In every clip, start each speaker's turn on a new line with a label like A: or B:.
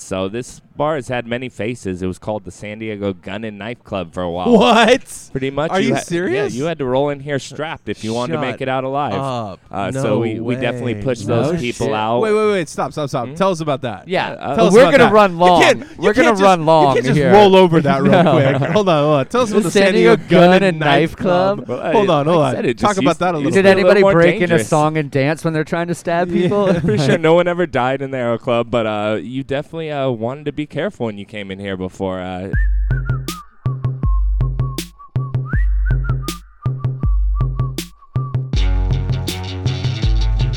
A: So this bar has had many faces. It was called the San Diego Gun and Knife Club for a while.
B: What?
A: Pretty much.
B: Are you
A: had-
B: serious?
A: Yeah, you had to roll in here strapped if you wanted to
B: Shut
A: make it out alive.
B: up.
A: Uh,
B: No
A: so we, we definitely
B: way.
A: pushed
C: No
A: those people
C: shit.
A: out.
B: Wait, wait, wait! Stop, stop, stop! Tell us about that.
C: Yeah,
A: Uh,
B: Tell us
C: we're
B: about
C: gonna
B: that.
C: run
B: You
C: long.
B: can't- you
C: we're gonna
B: can't just-
C: run long
B: You can't just
C: here.
B: roll over that real
C: No.
B: quick. Hold on, hold on. Tell us about
C: The
B: the
C: San
B: San Diego Gun and Knife Club.
A: Well, uh, I-
B: Hold on, hold
A: like I
B: on.
A: said, it
B: Talk
A: just
B: about
A: used-
B: that a little.
A: used
B: bit.
A: to
C: Did
A: be a little
C: anybody
A: more
C: break in a
A: dangerous.
C: song and dance when they're trying to stab people?
A: Pretty sure no one ever died in the arrow club, but uh, you definitely uh, wanted to be careful when you came in here before. Uh,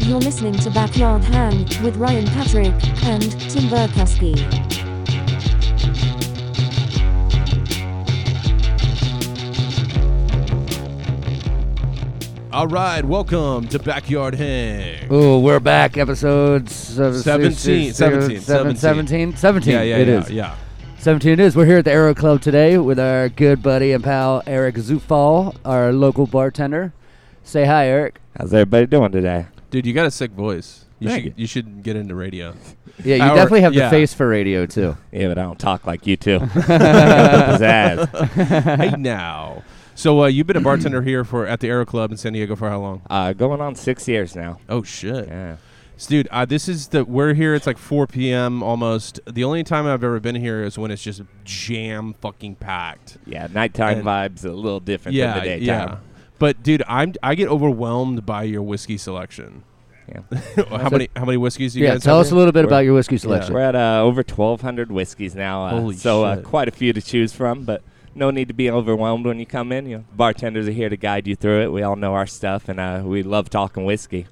D: You're listening to Backyard Hang with Ryan Patrick and Tim Burkowski.
B: All right, welcome to Backyard Hang.
C: Ooh, we're back. Episodes
B: 17, 17,
C: 17, 17, 17.
B: yeah, yeah,
C: it
B: yeah,
C: is.
B: yeah.
C: 17 it is. We're here at the Aero Club today with our good buddy and pal Eric Zufall, our local bartender. Say hi, Eric.
A: how's everybody doing today?
B: Dude, you got a sick voice. You
A: Thank
B: should, you should get into radio.
C: Yeah, you
B: Our-
C: definitely have
B: yeah.
C: the face for radio too.
A: Yeah, but I don't talk like you two. Pizzazz.
B: hey now. So uh, you've been a bartender here for at the Aero Club in San Diego for how long?
A: uh, going on six years now.
B: Oh shit,
A: Yeah.
B: So, dude! Uh, this is the we're here. It's like 4 p.m. almost. The only time I've ever been here is when it's just jam fucking packed.
A: Yeah, nighttime
B: And-
A: vibes a little different
B: yeah,
A: than the daytime.
B: yeah. But dude, I'm I get overwhelmed by your whiskey selection.
A: Yeah.
B: how many how many whiskeys you
C: yeah,
B: guys?
C: tell
B: have
C: us a little bit
A: We're-
C: about your whiskey selection.
A: We're at uh, over 1,200 whiskeys now, uh,
B: Holy
A: so uh,
B: shit.
A: quite a few to choose from. But no need to be overwhelmed when you come in. You know, bartenders are here to guide you through it. We all know our stuff, and uh, we love talking whiskey.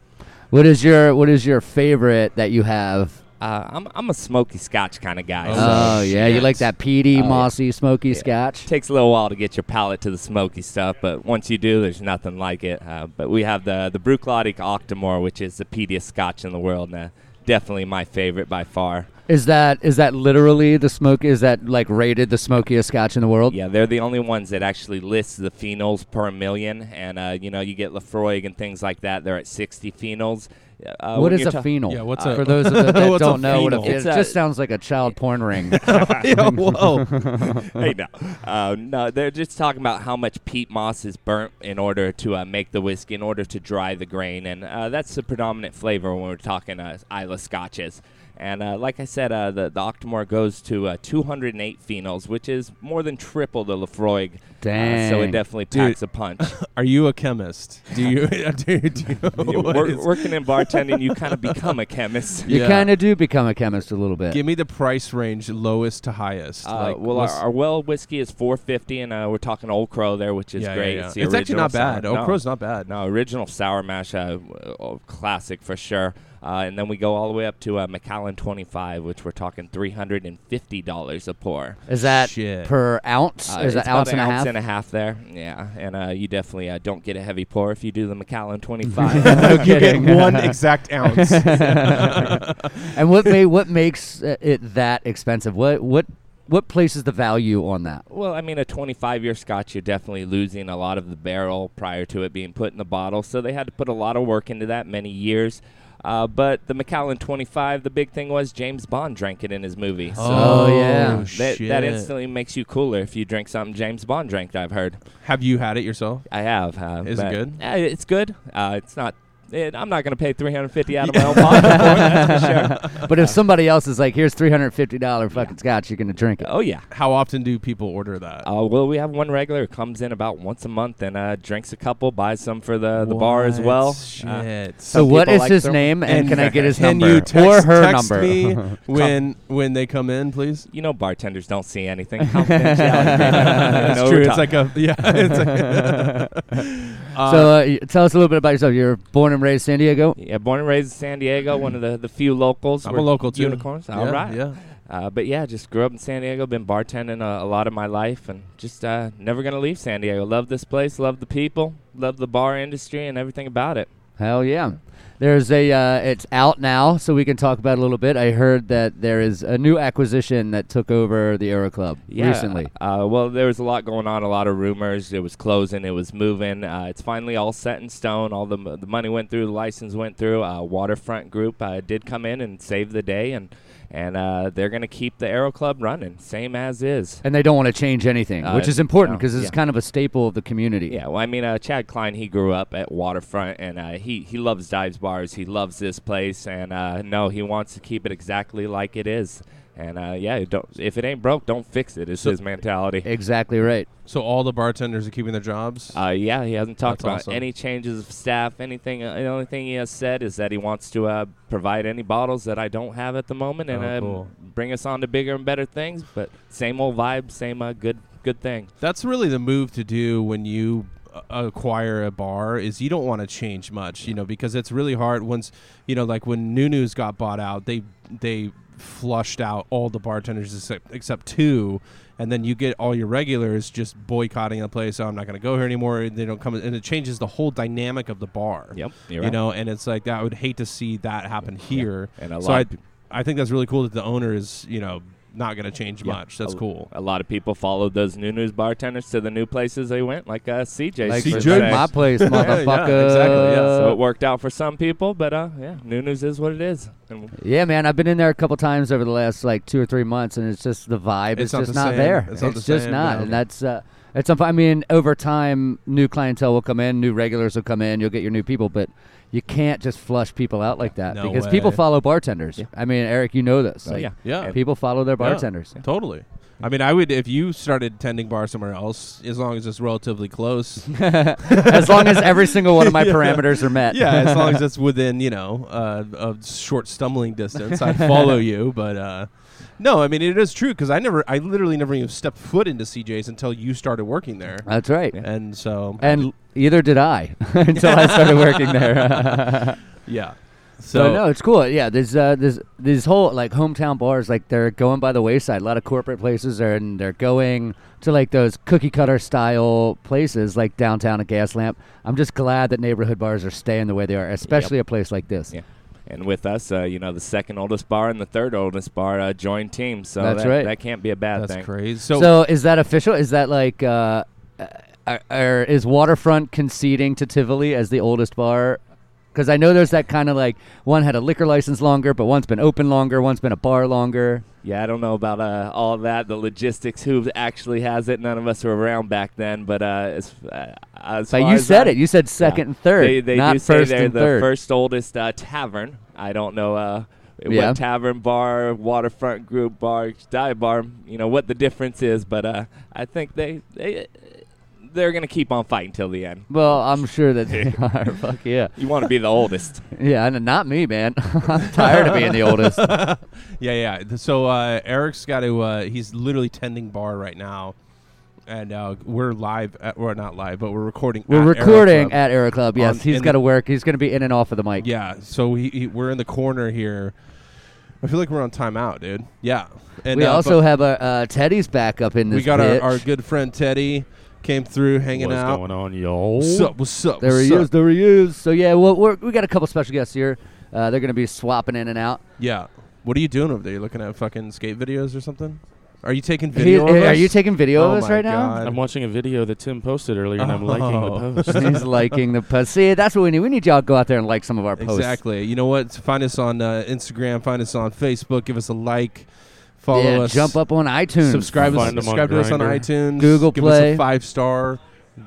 C: What is your What is your favorite that you have?
A: Uh, I'm I'm a smoky Scotch kind of guy.
B: Oh,
A: so
C: Oh, yeah, you
B: shit.
C: like that peaty,
A: Oh, yeah.
C: mossy, smoky
A: Yeah.
C: Scotch.
A: Takes a little while to get your palate to the smoky stuff, but once you do, there's nothing like it. Uh, but we have the the Bruclotic Octomore, which is the peatiest Scotch in the world, and uh, definitely my favorite by far.
C: Is that is that literally the smoke? Is that like rated the smokiest Scotch in the world?
A: Yeah, they're the only ones that actually list the phenols per million, and uh, you know you get Lafroig and things like that. They're at 60 phenols. Uh,
C: what
A: when
C: is
A: you're
C: a
A: ta-
C: phenol?
B: Yeah, what's
C: Uh,
B: a-
C: for those of the, that
B: what's a
C: don't know what a
B: phenol?
C: phenol? It
A: It's
C: just
A: a-
C: sounds like a child porn ring.
B: yeah, whoa.
A: hey, no, uh, no, they're just talking about how much peat moss is burnt in order to uh, make the whiskey, in order to dry the grain, and uh, that's the predominant flavor when we're talking uh, Isla Scotches. And uh, like I said, uh, the the Octomore goes to uh, 208 phenols, which is more than triple the Lafroig. Uh, so
C: Dang.
A: it definitely
B: Dude.
A: packs a punch.
B: Are you a chemist? Do you? do you, do you
A: Yeah,
B: what
A: wor-
B: is-
A: working in bartending, you kind of become a chemist.
C: you
B: Yeah.
C: kind of do become a chemist a little bit.
B: Give me the price range lowest to highest.
A: Uh,
B: like,
A: well, our,
B: what's-
A: our well whiskey is 450, and uh, we're talking Old Crow there, which is
B: yeah, yeah,
A: great.
B: yeah.
A: It's, the
B: It's actually
A: original
B: not bad.
A: sour-
B: Old
A: no,
B: Crow's not bad.
A: no original sour mash, uh, w- oh, classic for sure. Uh, and then we go all the way up to uh, Macallan 25, which we're talking 350 dollars a pour.
C: is that
B: Shit.
C: per ounce?
A: Uh,
C: is
A: it's
C: that ounce
A: about
C: and
A: an
C: a half?
A: ounce and a half there? Yeah, and uh, you definitely uh, don't get a heavy pour if you do the Macallan 25.
C: No
B: you get
C: kidding.
B: one exact ounce.
C: and what may, what makes uh, it that expensive? What what what places the value on that?
A: Well, I mean, a 25 year scotch, you're definitely losing a lot of the barrel prior to it being put in the bottle. So they had to put a lot of work into that, many years. Uh, but the Macallan 25, the big thing was James Bond drank it in his movie. So
C: Oh, yeah.
A: that,
B: shit.
A: that instantly makes you cooler if you drink something James Bond drank, I've heard.
B: Have you had it yourself?
A: I have. Uh,
B: Is it
A: but-
B: good?
A: Uh, it's good. Uh, it's not. It, I'm not going to pay 350 out of my own pocket for it, that's for sure.
C: But if somebody else is like, here's three hundred fifty dollar fucking Scotch, you're gonna drink it.
A: Oh, yeah.
B: How often do people order that?
A: Uh, well, we have one regular who comes in about once a month and uh, drinks a couple, buys some for the, the bar as
B: What?
A: well. Uh,
B: Shit.
C: So
A: Some
C: what
A: people
C: is
A: like
C: his
A: their-
C: name, and, can I get his
B: can
C: number
B: you text,
C: or her
B: text
C: number?
B: me when when they come in, please?
A: you know, bartenders don't see anything. Confidentiality agreement. You
B: That's
A: know,
B: true.
A: we're
B: It's
A: talk-
B: like a yeah. It's like
C: so uh, y- tell us a little bit about yourself. You're born and raised San Diego.
A: yeah, born and raised in San Diego, one of the, the few locals.
B: I'm a
A: We're
B: local too.
A: Unicorns.
B: Yeah,
A: All right.
B: Yeah.
A: Uh, but yeah, just grew up in San Diego, been bartending a, a lot of my life, and just uh, never gonna leave San Diego. Love this place, love the people, love the bar industry, and everything about it.
C: Hell yeah. There's a. Uh, it's out now, so we can talk about it a little bit. I heard that there is a new acquisition that took over the Aero Club
A: Yeah,
C: recently.
A: Uh, well, there was a lot going on, a lot of rumors. It was closing, it was moving. Uh, it's finally all set in stone. All the, m- the money went through, the license went through. Uh, Waterfront Group uh, did come in and save the day, and and uh, they're going to keep the Aero Club running, same as is.
C: And they don't want to change anything,
A: Uh,
C: which is important
A: no,
C: because it's
A: yeah.
C: kind of a staple of the community.
A: Yeah, well, I mean, uh, Chad Klein, he grew up at Waterfront, and uh, he he loves dives bars. He loves this place, and uh, no, he wants to keep it exactly like it is. And uh, yeah, you don't, if it ain't broke, don't fix it. Is
B: So-
A: his mentality.
C: Exactly right.
B: So all the bartenders are keeping their jobs.
A: Uh, yeah, he hasn't talked
B: That's
A: about
B: awesome.
A: any changes of staff, anything. Uh, the only thing he has said is that he wants to uh, provide any bottles that I don't have at the moment, and
B: Oh,
A: uh,
B: cool.
A: bring us on to bigger and better things. But same old vibe, same uh, good good thing.
B: That's really the move to do when you uh, acquire a bar is you don't want to change much, you know, because it's really hard once, you know, like when Nunu's got bought out, they they flushed out all the bartenders except, except two and then you get all your regulars just boycotting the place oh, i'm not going to go here anymore they don't come and it changes the whole dynamic of the bar
A: Yep, you're
B: you
A: right.
B: know and it's like that i would hate to see that happen here
A: And a
B: so
A: lot
B: I,
A: of peop-
B: I think that's really cool that the owner is you know not going to change
A: Yeah.
B: much that's
A: a,
B: cool
A: A lot of people followed those new news bartenders to the new places they went, like uh, CJ.
B: CJ.
C: Like for
A: for instance.
C: my place,
B: yeah,
C: motherfucker.
B: exactly, yeah.
A: so it worked out for some people, but uh, yeah, new news is what it is. And
C: Yeah, man, I've been in there a couple times over the last like two or three months, and it's just the vibe
B: It's
C: is
B: not
C: just
B: the
C: not
B: same.
C: there.
B: It's not the
C: just
B: same,
C: not,
B: no.
C: and that's uh, it's. unf- I mean, over time, new clientele will come in, new regulars will come in, you'll get your new people, but you can't just flush people out like that
B: No
C: because people
B: way.
C: follow bartenders. I mean, Eric, you know this.
A: Oh,
C: like,
A: yeah.
B: yeah
C: people follow their
B: Yeah,
C: bartenders.
B: totally. I mean, I would if you started tending bar somewhere else, as long as it's relatively close.
C: as long as every single one of my parameters are met.
B: yeah, as long as it's within you know uh, a short stumbling distance, I'd follow you. But uh, no, I mean it is true because I never, I literally never even stepped foot into CJ's until you started working there,
C: that's right.
B: and so
C: And either did I until I started working there.
B: yeah.
C: So,
B: So,
C: no, it's cool. Yeah, there's uh, there's these whole like hometown bars like they're going by the wayside. A lot of corporate places are and they're going to like those cookie cutter style places like downtown at Gaslamp. I'm just glad that neighborhood bars are staying the way they are, especially a place like this.
A: yeah. And with us, uh, you know, the second oldest bar and the third oldest bar uh, joined teams, so
C: That's
A: that,
C: right.
A: that can't be a bad
B: that's
A: thing.
B: crazy. So,
C: So, is that official? Is that like uh, uh, are, are, is Waterfront conceding to Tivoli as the oldest bar? Because I know there's that kind of like one had a liquor license longer, but one's been open longer, one's been a bar longer.
A: Yeah, I don't know about uh, all that, the logistics, who actually has it. None of us were around back then, but uh, as, uh, as
C: So
A: far
C: you
A: as
C: said
A: I-
C: it. You said second
A: Yeah.
C: and third,
A: They, they
C: not
A: do say
C: first
A: they're
C: and
A: the
C: third.
A: first oldest uh, tavern. I don't know uh,
C: Yeah.
A: what tavern, bar, waterfront group bar, dive bar. You know what the difference is, but uh, I think they they they're gonna keep on fighting till the end.
C: Well, I'm sure that they are. Fuck yeah,
A: You want to be the oldest.
C: yeah. and Not me, man. I'm tired of being the oldest.
B: yeah, yeah. Th- So uh, Eric's got to. Uh, he's literally tending bar right now, and uh, we're live. At, we're not live, but we're recording. at
C: We're
B: Arrow
C: recording
B: Club.
C: at Era Club. Yes,
B: On-
C: he's
B: in
C: got to
B: the-
C: work. He's going to be in and off of the mic.
B: Yeah, so he, he, we're in the corner here. I feel like we're on timeout, dude. Yeah, and
C: we
B: uh, but
C: also have a uh, Teddy's back up in this.
B: we got our,
C: bitch.
B: our good friend Teddy came through hanging
E: What's
B: out.
E: going on, y'all?
B: What's up? What's up?
C: There
B: what's
C: he
B: up?
C: is. There he is. So yeah, well, we're, we got a couple special guests here. Uh, they're going to be swapping in and out.
B: Yeah. What are you doing over there? You looking at fucking skate videos or something? Are you taking
C: He- eh,
B: video? of
C: are
B: us?
C: you taking video
B: Oh
C: of us
B: my
C: right
B: God.
E: I'm watching a video that Tim posted earlier, and I'm liking
B: Oh.
E: the post.
C: now? He's liking the post. See, that's what we need. We need y'all to go out there and like some of our posts.
B: Exactly. You know what? Find us on uh, Instagram. Find us on Facebook. Give us a like. Follow
C: yeah,
B: us.
C: jump up on iTunes.
B: Subscribe, us,
E: Find 'em on
B: subscribe to us on
E: Grindr.
B: iTunes.
C: Google
B: Give
C: Play.
B: us a five star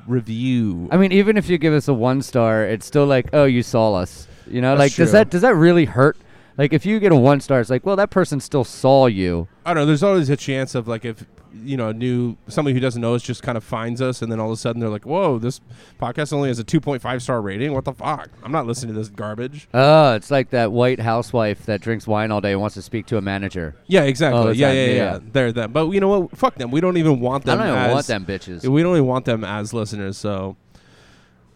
B: review.
C: I mean, even if you give us a one star, it's still like, oh, you saw us. You know,
B: That's
C: like does
B: true.
C: that does that really hurt? Like if you get a one star, it's like, well, that person still saw you.
B: I don't know. There's always a chance of like if you know a new somebody who doesn't know us just kind of finds us, and then all of a sudden they're like, "Whoa, this podcast only has a 2.5 star rating. What the fuck? I'm not listening to this garbage."
C: Oh, it's like that white housewife that drinks wine all day and wants to speak to a manager.
B: Yeah, exactly.
C: All the
B: yeah,
C: time,
B: yeah, yeah,
C: Oh, yeah.
B: yeah. They're them, but you know what? Fuck them. We don't even want them.
C: I don't even
B: as-
C: want them bitches.
B: We don't even want them as listeners. So.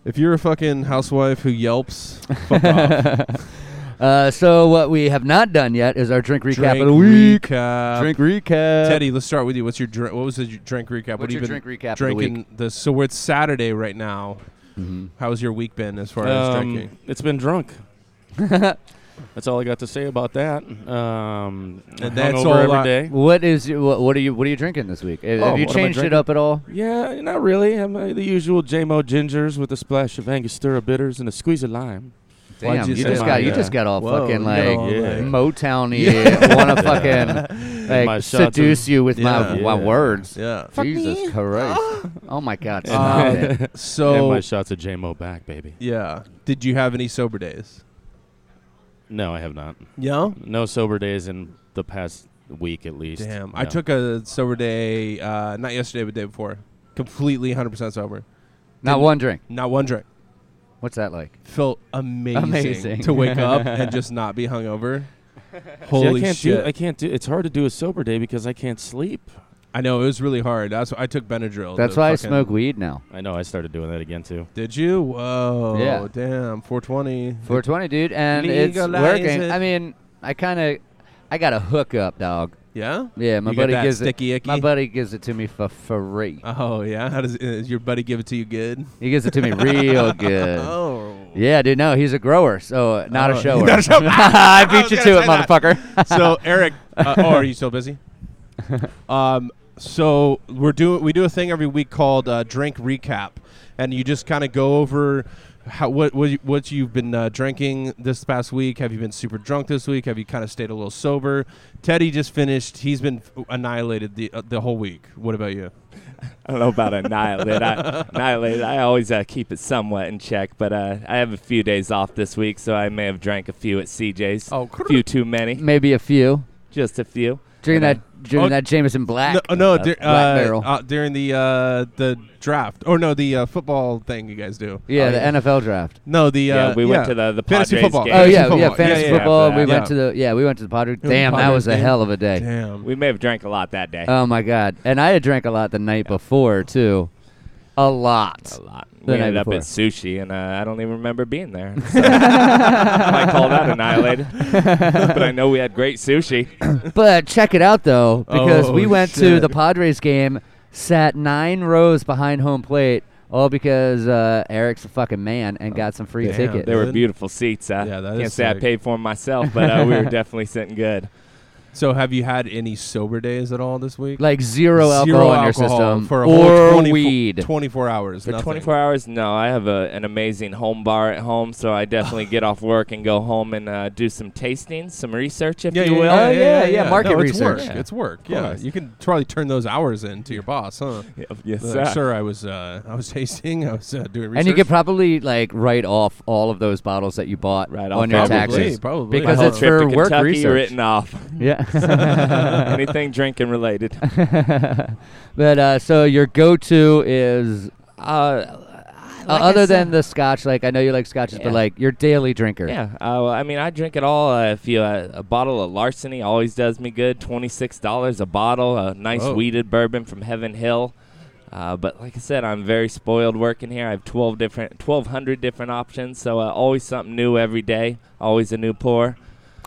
B: If you're a fucking housewife who yelps, fuck off.
C: Uh, so what we have not done yet is our drink recap
B: Drink
C: of the week.
B: recap.
C: Drink recap.
B: Teddy, let's start with you. What's your drink? What was the drink recap?
C: What's
B: what have
C: your
B: you been
C: drink recap of the week?
B: drinking? This. So we're it's Saturday right now.
C: Mm-hmm.
B: How's your week been as far as
E: Um,
B: drinking?
E: it's been drunk. that's all I got to say about that. Um,
B: And that's
E: hungover
B: all
E: every
B: I-
E: day.
C: What is your- what, what are you what are you drinking this week? Have-
E: Oh,
C: have you
E: what am I
C: changed it
E: drinking?
C: up at all?
E: Yeah, not really. I'm uh, the usual JMO gingers with a splash of Angostura bitters and a squeeze of lime.
C: Damn,
B: Why'd
C: you,
B: you say
C: just
B: my,
C: got you
B: uh,
C: just got all
B: whoa,
C: fucking
B: you
C: like
B: got all,
E: Yeah.
B: like-
C: Motowny. Want to fucking
E: My
C: like
E: shots of-
C: seduce you with my
B: Yeah.
C: my words.
B: Yeah.
C: Jesus Christ! Oh my God! Stop it.
B: Um,
E: and
B: so
E: my shots of J-Mo back, baby.
B: yeah, did you have any sober days?
E: No, I have not.
B: Yeah.
E: No sober days in the past week, at least.
B: Damn, I
E: No.
B: took a sober day, uh, not yesterday, but the day before. Completely 100% sober.
C: Not one drink.
B: Not one drink.
C: What's that like?
B: Felt amazing,
C: Amazing.
B: to wake up and just not be hungover.
E: See,
B: Holy
E: I can't
B: shit!
E: Do, I can't do. It's hard to do a sober day because I can't sleep.
B: I know it was really hard. That's why I took Benadryl.
C: That's
B: to
C: why I
B: fucking-
C: smoke weed now.
E: I know. I started doing that again too.
B: Did you? Whoa!
C: Yeah.
B: Damn, 420.
C: 420, dude, and it's
B: Legalize
C: working.
B: it.
C: I mean, I kind of, I got a hookup, dog.
B: Yeah.
C: Yeah, my
B: You got
C: buddy
B: that
C: gives
B: sticky
C: it.
B: icky?
C: My buddy gives it to me for free.
B: Oh yeah. How does uh, does your buddy give it to you? Good.
C: He gives it to me real good.
B: Oh.
C: Yeah, dude. No, he's a grower, so uh, not
B: Oh,
C: a shower.
B: not a shower.
C: I beat
B: was
C: you
B: gonna
C: to it,
B: say that.
C: motherfucker.
B: so Eric, uh, oh, are you still busy? um, so we're do we do a thing every week called uh, drink recap, and you just kind of go over how what what, you, what you've been uh, drinking this past week. Have you been super drunk this week? Have you kind of stayed a little sober? Teddy just finished. He's been annihilated the uh, the whole week. What about you?
A: I don't know about annihilate. I, annihilate. I always uh, keep it somewhat in check, but uh, I have a few days off this week, so I may have drank a few at CJ's.
B: Oh,
A: a few too many,
C: Maybe a few.
A: just a few.
C: Drinking
A: Yeah.
C: that, drinking
B: Oh,
C: that Jameson Black.
B: No, no
A: Black
B: dur- uh,
C: Barrel.
B: uh, during the uh, the draft or no the uh, football thing you guys do. Oh,
C: yeah, the NFL draft.
B: No, the uh,
A: Yeah, we went to the- the
B: fantasy
A: Padres
B: football.
A: game.
C: Oh
A: Fantasy
C: yeah, yeah, fantasy
A: yeah, yeah.
C: football.
A: After
C: We
A: that.
C: went to the yeah, we went to the Padres.
B: was a
C: Damn, that
B: Padres
C: was a
B: game.
C: hell of a day.
B: Damn.
A: We may have drank a lot that day.
B: Uh,
C: Oh my god! And I had drank a lot the night before too, a lot.
B: Oh,
A: a lot. We
C: The night
A: ended up
C: before.
A: at sushi, and uh, I don't even remember being there. So I might call that annihilated. but I know we had great sushi.
C: But check it out though, because
B: Oh,
C: we went to
B: shit.
C: the Padres game, sat nine rows behind home plate, all because uh, Eric's a fucking man and got some free
B: Oh, Damn,
C: tickets.
A: They were
B: Good.
A: beautiful seats. I
B: Yeah, that
A: can't
B: is
A: say I
B: sick.
A: paid for them myself, but uh, we were definitely sitting good.
B: So have you had any sober days at all this week?
C: like zero alcohol
B: Zero
C: in your
B: alcohol
C: system
B: for a
C: or
B: whole 24,
C: weed.
B: 24 hours.
A: For
B: nothing.
A: 24 hours, no. I have a, an amazing home bar at home, so I definitely get off work and go home and uh, do some tastings, some research, if
B: Yeah,
A: you
B: yeah,
A: will.
B: yeah, yeah,
C: Oh, yeah,
B: yeah,
C: yeah,
B: yeah.
C: market
B: no,
C: research.
B: It's work.
A: Yeah.
B: It's work.
A: Of
B: Yeah,
A: course.
B: you can probably turn those hours in to your boss, huh?
A: Yes,
B: Like,
A: sir.
B: sir, I was uh, I was tasting. I was uh, doing research.
C: And you could probably like write off all of those bottles that you bought
A: Right off
C: on your
A: probably,
C: taxes.
A: My
B: probably.
C: because
A: whole
C: it's
A: trip
C: for
A: to
C: work
A: Kentucky
C: research.
A: written off.
C: Yeah.
A: Anything drinking related.
C: but uh, so your go-to is uh, other than the scotch. Like I know you like scotches,
A: Yeah.
C: but like your daily drinker.
A: Yeah, uh, well, I mean, I drink it all. Uh, if you uh, a bottle of Larceny always does me good. Twenty six dollars a bottle. A nice
B: Whoa.
A: weeded bourbon from Heaven Hill. Uh, but like I said, I'm very spoiled working here. I have twelve different, twelve hundred different options. So uh, always something new every day. Always a new pour.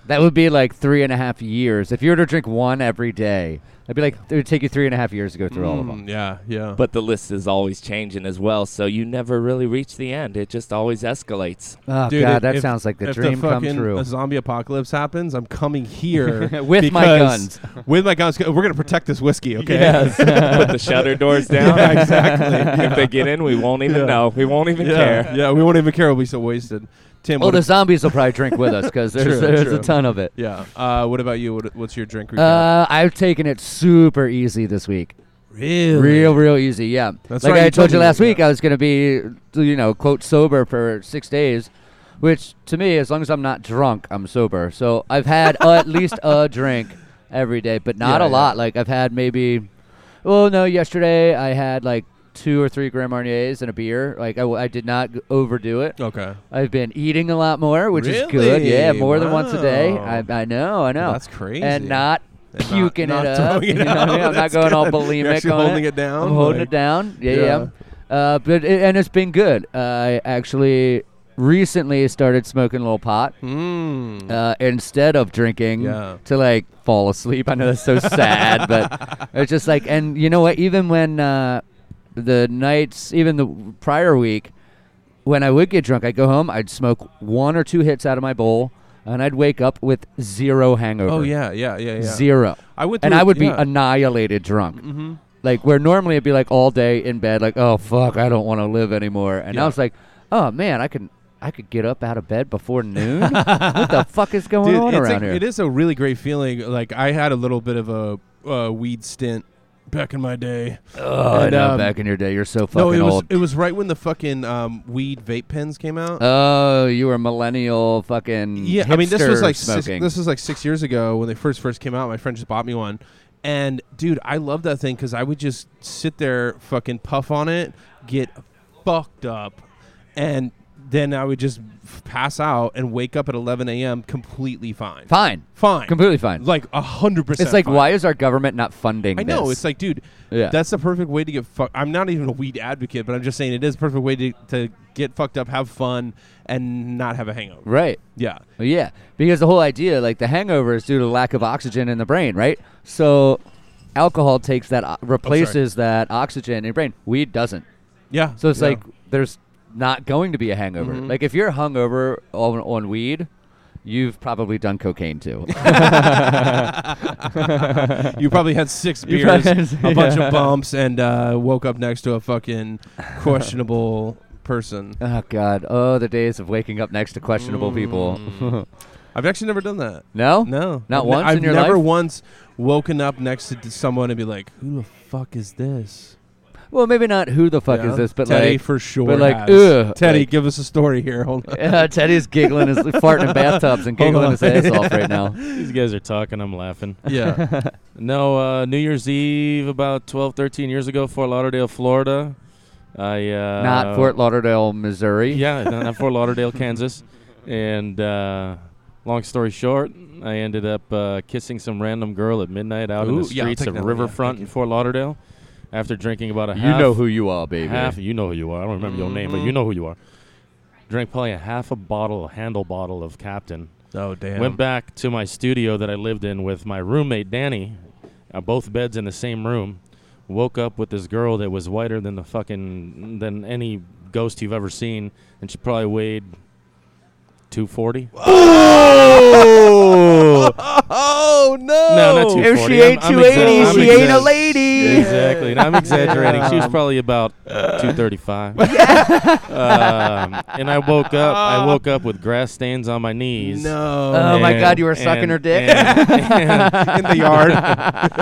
C: That would be like three and a half years. If you were to drink one every day, that'd be like it would take you three and a half years to go through all of them.
B: Mm, yeah, yeah.
A: But the list is always changing as well. So you never really reach the end. It just always escalates.
C: Oh
B: Dude,
C: god,
B: if-
C: that
B: if-
C: sounds like the
B: if
C: dream come
B: fucking
C: true.
B: A zombie apocalypse happens. I'm coming here
C: With my
B: because-
C: guns.
B: With my guns. We're gonna protect this whiskey. Okay.
A: Put the shutter doors down.
B: Yeah, exactly.
A: if they get in, we won't even
B: Yeah.
A: know. We won't even
B: yeah,
A: care.
B: yeah, we won't even care. We'll be so wasted. Tim,
C: Well,
B: what
C: the
B: ab-
C: zombies will probably drink with us because there's,
B: True,
C: there's
B: true.
C: a ton of it.
B: yeah. Uh, what about you? What, what's your drink? recap?
C: Uh, I've taken it super easy this week.
B: really?
C: Real, real easy. Yeah.
B: That's
C: like
B: right,
C: I
B: you
C: told
B: told
C: you
B: me
C: last
B: that.
C: week, I was going to be, you know, quote, sober for six days, which to me, as long as I'm not drunk, I'm sober. So I've had at least a drink every day, but not
B: Yeah,
C: a
B: yeah.
C: lot. Like I've had maybe, well, no, yesterday I had like two or three Grand Marniers and a beer. Like I, w- I did not g- overdo it.
B: Okay.
C: I've been eating a lot more, which is good. Yeah,
B: Really?
C: more than once a day.
B: Wow.
C: I, I know, I know.
B: That's crazy.
C: And not
B: And not-
C: puking
B: not
C: it up.
B: throwing
C: you
B: it
C: know what I
B: out.
C: mean? I'm not
B: That's
C: going all
B: good.
C: bulimic
B: You're actually
C: on
B: holding
C: it.
B: it down?
C: I'm holding
B: Like-
C: it down. Yeah,
B: Yeah.
C: yeah. Uh, but it, and it's been good. Uh, I actually recently started smoking a little pot
B: Mm.
C: uh, instead of drinking
B: Yeah.
C: to like fall asleep. I know that's so sad, but it's just like, and you know what? Even when uh, the nights, even the prior week, when I would get drunk, I'd go home, I'd smoke one or two hits out of my bowl, and I'd wake up with zero hangover.
B: oh yeah, yeah, yeah, yeah.
C: Zero.
B: I went
C: and
B: through-
C: I would be
B: yeah. Mm-hmm.
C: annihilated drunk. Like where normally it'd be like all day in bed, like oh fuck, I don't want to live anymore. And I
B: Yeah.
C: was like, oh man, I can I could get up out of bed before noon. what the fuck is going on
B: it's
C: around
B: a,
C: here?
B: It is a really great feeling. Like I had a little bit of a uh, weed stint back in my day.
C: Oh, I
B: and,
C: know.
B: um,
C: back in your day, you're so fucking
B: No, it was
C: old.
B: it was right when the fucking um, weed vape pens came out.
C: oh, you were millennial fucking.
B: yeah, I mean this was
C: hipster
B: like six,
C: smoking.
B: this was like six years ago when they first first came out. My friend just bought me one, and dude, I love that thing because I would just sit there fucking puff on it, get fucked up, and then I would just f- pass out and wake up at 11 a.m. completely fine.
C: fine,
B: Fine.
C: completely fine.
B: Like a hundred percent.
C: It's like
B: fine.
C: why is our government not funding?
B: I know.
C: this?
B: It's like, dude,
C: Yeah.
B: that's the perfect way to get fucked. I'm not even a weed advocate, but I'm just saying it is a perfect way to, to get fucked up, have fun, and not have a hangover.
C: right.
B: Yeah.
C: Well, yeah, because the whole idea, like the hangover, is due to lack of oxygen in the brain, right? So, alcohol takes that,
B: Oh,
C: o- replaces that oxygen in your brain. Weed doesn't.
B: Yeah.
C: So it's
B: yeah. Mm-hmm.
C: like there's not going to be a hangover. Like if you're hungover on, on weed, you've probably done cocaine too.
B: you probably had six
C: You
B: beers,
C: probably had-
B: a bunch of bumps, and uh, woke up next to a fucking questionable person.
C: oh God! Oh, the days of waking up next to questionable people.
B: I've actually never done that.
C: no,
B: Mm. No,
C: Not
B: I've
C: once
B: I've
C: in your
B: never
C: life?
B: once woken up next to d- someone and be like, "Who the fuck is this?"
C: Well, maybe not. Who the fuck
B: Yeah.
C: is this? But
B: Teddy
C: like,
B: for sure.
C: but like,
B: has.
C: ugh,
B: Teddy,
C: like-
B: give us a story here. Hold on.
C: Yeah, Teddy's giggling his farting in bathtubs and
B: Hold
C: giggling
B: on.
C: his ass off right now.
E: These guys are talking. I'm laughing.
B: yeah.
E: No, uh, New Year's Eve about 12, 13 years ago, Fort Lauderdale, Florida. I uh,
C: Not Fort Lauderdale, Missouri.
E: Yeah, no, not Fort Lauderdale, Kansas. And uh, long story short, I ended up uh, kissing some random girl at midnight out in
B: Ooh,
E: the
B: yeah, I'll
E: streets
B: take
E: of
B: that one, yeah,
E: Riverfront
B: thank
E: in
B: you.
E: Fort Lauderdale after drinking about a
C: You
E: half.
C: know who you are, Mm-hmm. baby.
E: half. You know who you are. I don't remember your name, but you
B: Mhm.
E: know who you are. Drank probably a half a bottle, a handle bottle of Captain.
B: Oh damn.
E: Went back to my studio that I lived in with my roommate Danny. Uh, both beds in the same room. Woke up with this girl that was whiter than the fucking than any ghost you've ever seen, and she probably weighed 240.
B: Oh, no!
E: No, not too-
C: If
E: 240,
C: she ain't
E: I'm- I'm
C: 280,
E: exa- I'm
C: she ain't a
E: exa-
C: lady.
E: exactly. And I'm exaggerating. She was probably about 235. um, and I woke up. I woke up with grass stains on my knees.
C: Oh
B: Uh. No,
C: my
E: And-
C: God, you were sucking her dick?
E: and- and-
B: in the yard.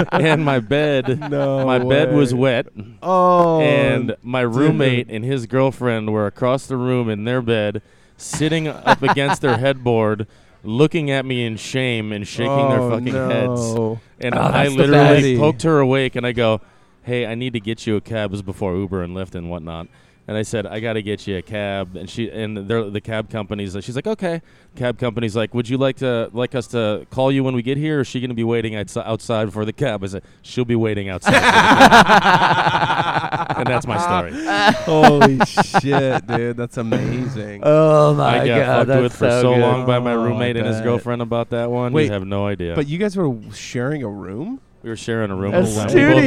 E: and my bed
B: No
E: my bed was
B: way.
E: wet
B: Oh,
E: and my roommate and his girlfriend were across the room in their bed sitting up against their headboard looking at me in shame and shaking
B: Oh,
E: their fucking
B: no. Oh,
E: heads and i
C: that's the
E: literally
B: best.
E: poked her awake and i go hey i need to get you a cab this is before uber and lyft and whatnot and I said, I gotta get you a cab, and she and they're, the cab company's. She's like, okay. Cab company's like, would you like to like us to call you when we get here? Or is she gonna be waiting outs- outside for the cab? I said, she'll be waiting outside, for the cab." and that's my story.
B: Holy shit, dude! That's amazing.
C: Oh my
E: I got
C: God,
E: fucked
C: that's
E: with for so,
C: good.
E: long by my
B: Oh, I
E: roommate and his
B: bet.
E: girlfriend about that one.
B: Wait,
E: you have no idea.
B: But you guys were sharing a room.
E: we were sharing a room.
C: A
E: We both bar-
C: studio.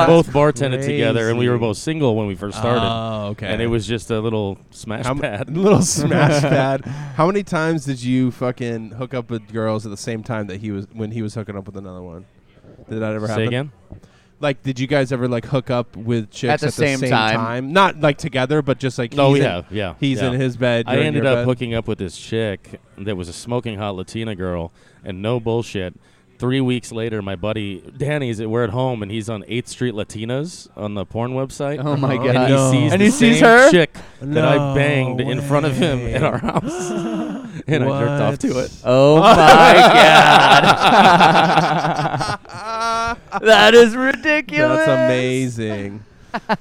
E: we both bartended
B: That's
E: together, and we were
B: crazy. Oh,
E: both single when we first started.
B: okay.
E: And it was just a little smash
B: How m-
E: pad.
B: little smash pad. How many times did you fucking hook up with girls at the same time that he was when he was hooking up with another one? Did that ever
E: Say
B: happen?
E: again?
B: Like, did you guys ever like hook up with chicks
C: the same time.
B: Not like together, but just like
E: No,
B: he's
E: we
B: in-
E: have. Oh, Yeah,
B: He's
E: yeah.
B: in his bed.
E: I
B: you're in
E: ended
B: your
E: up
B: bed.
E: hooking up with this chick that was a smoking hot Latina girl, and no bullshit. Three weeks later, my buddy Danny's we're at home, and he's on Eighth Street Latinas on the porn website.
C: Oh my
B: Uh-huh.
C: God.
E: and he
B: No.
E: sees
C: And
E: the
C: he sees
E: same
C: her?
E: chick that
B: No
E: I banged in front of him
B: way.
E: at our house, and I jerked off to it.
C: Oh my
B: Ah.
C: God. that is ridiculous.
B: That's amazing.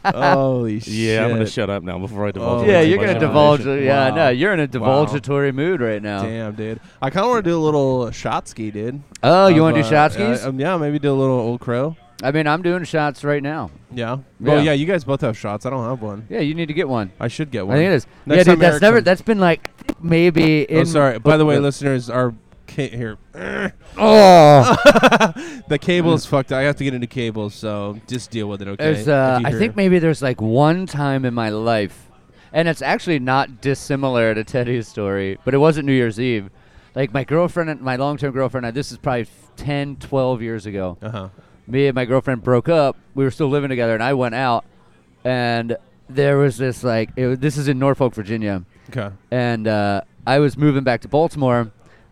B: Holy shit.
E: Yeah, I'm gonna shut up now before I divulge.
B: Oh,
E: way
C: Yeah,
E: too
C: you're
E: much
C: going to
E: information.
C: divulge. Yeah,
B: Wow.
C: no, you're in a divulgatory mood right now.
B: Damn, dude. I kind of want to do a little shot ski, dude.
C: Oh, you want to
B: Of,
C: do
B: uh,
C: shot
B: uh,
C: skis?
B: um, yeah, maybe do a little old crow.
C: I mean, I'm doing shots right now.
B: Yeah. Well,
C: Yeah.
B: yeah, you guys both have shots. I don't have one.
C: Yeah, you need to get one.
B: I should get
C: I
B: one.
C: think it is.
B: Next
C: yeah, dude,
B: time
C: that's
B: Eric
C: never.
B: comes-
C: That's been like maybe.
B: Oh,
C: in
B: sorry. By the way,
C: uh,
B: listeners, our ca- here
C: Oh,
B: the cable is fucked. I have to get a new cable, so just deal with it, okay?
C: there's. Uh,
B: If you
C: I
B: hear-
C: think maybe there's like one time in my life, and it's actually not dissimilar to Teddy's story, but it wasn't New Year's Eve. Like my girlfriend, and my long-term girlfriend, and I- this is probably 10, 12 years ago.
B: Uh-huh.
C: me and my girlfriend broke up. We were still living together, and I went out, and there was this like it, was- this is in Norfolk, Virginia,
B: Okay.
C: and uh, I was moving back to Baltimore,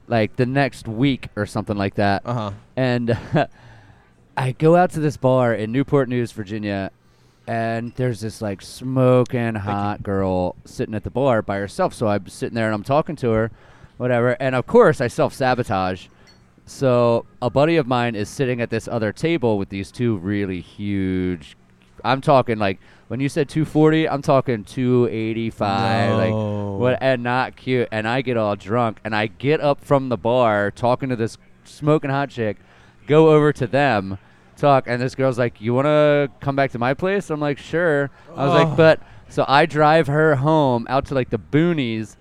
C: like the next week or something like that.
B: Uh huh.
C: And I go out to this bar in Newport News, Virginia, and there's this like smoking hot girl sitting at the bar by herself. So I'm sitting there and I'm talking to her, whatever. And of course, I self sabotage. So a buddy of mine is sitting at this other table with these two really huge. I'm talking like when you said 240, I'm talking 285,
B: No.
C: like what, and not cute. And I get all drunk, and I get up from the bar talking to this smoking hot chick, go over to them, talk, and this girl's like, "You want to come back to my place?" I'm like, "Sure." I was
B: Oh.
C: like, "But." So I drive her home out to like the boonies,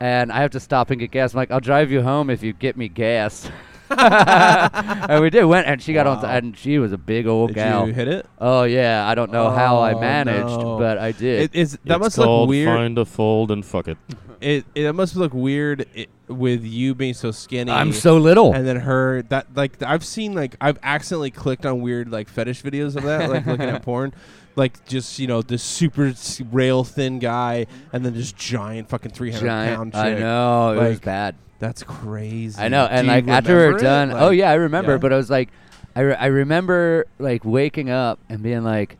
C: and I have to stop and get gas. I'm like, "I'll drive you home if you get me gas." and we did went, and she got on,
B: Wow.
C: and she was a big old
B: Did
C: gal.
B: you hit it?
C: Oh yeah, I don't know how I
B: Oh,
C: managed,
B: no.
C: but I did.
B: It is that
E: it's
B: must look
E: called
B: weird.
E: Find a fold and fuck it.
B: It it must look weird i with you being so skinny.
C: I'm so little.
B: And then her that like I've seen like I've accidentally clicked on weird like fetish videos of that like looking at porn, like just you know this super s- rail thin guy and then just giant fucking three hundred
C: Giant.
B: pound.
C: I
B: chick.
C: know it was
B: Like,
C: bad.
B: That's crazy.
C: I know,
B: Do
C: and
B: you
C: like after we
B: remember
C: were
B: it?
C: done,
B: Like-
C: oh yeah, I remember.
B: Yeah.
C: But I was like, I, re- I remember like waking up and being like,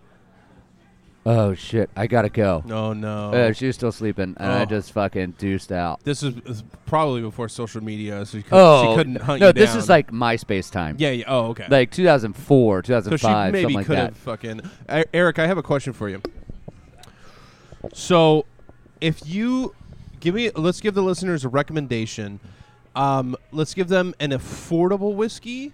C: oh shit, I gotta go.
B: No, no.
C: Uh, she was still sleeping, and I
B: Oh.
C: just fucking deuced out.
B: this was was probably before social media, so she, could,
C: oh,
B: she couldn't hunt
C: no,
B: you
C: this
B: down.
C: is like MySpace time.
B: yeah, yeah. Oh, okay.
C: like 2004,
B: so
C: 2005,
B: she maybe
C: something like
B: could
C: that.
B: have fucking. E- Eric, I have a question for you. So, if you give me, let's give the listeners a recommendation. Um, let's give them an affordable whiskey,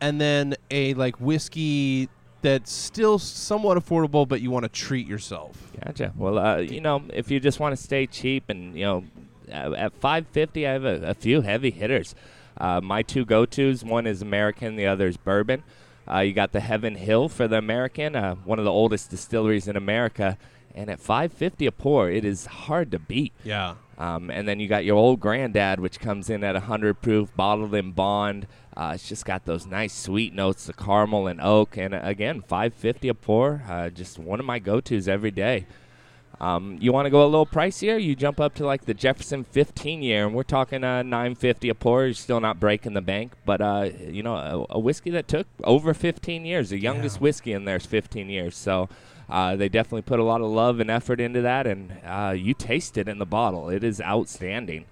B: and then a like whiskey that's still somewhat affordable, but you want to treat yourself.
A: Gotcha. Well, uh, you know, if you just want to stay cheap and you know, uh, at 550, I have a, a few heavy hitters. Uh, my two go-tos, one is American, the other is bourbon. Uh, you got the Heaven Hill for the American, uh, one of the oldest distilleries in America, and at 550 a pour, it is hard to beat.
B: Yeah.
A: Um, and then you got your old granddad, which comes in at 100 proof, bottled in bond. Uh, it's just got those nice sweet notes, the caramel and oak. And uh, again, 550 a pour, uh, just one of my go tos every day. Um, you want to go a little pricier? You jump up to like the Jefferson 15 year, and we're talking uh, 950 a pour. You're still not breaking the bank, but uh, you know, a, a whiskey that took over 15 years. The youngest
B: Yeah.
A: whiskey in there is 15 years, so uh, they definitely put a lot of love and effort into that. And uh, you taste it in the bottle; it is outstanding.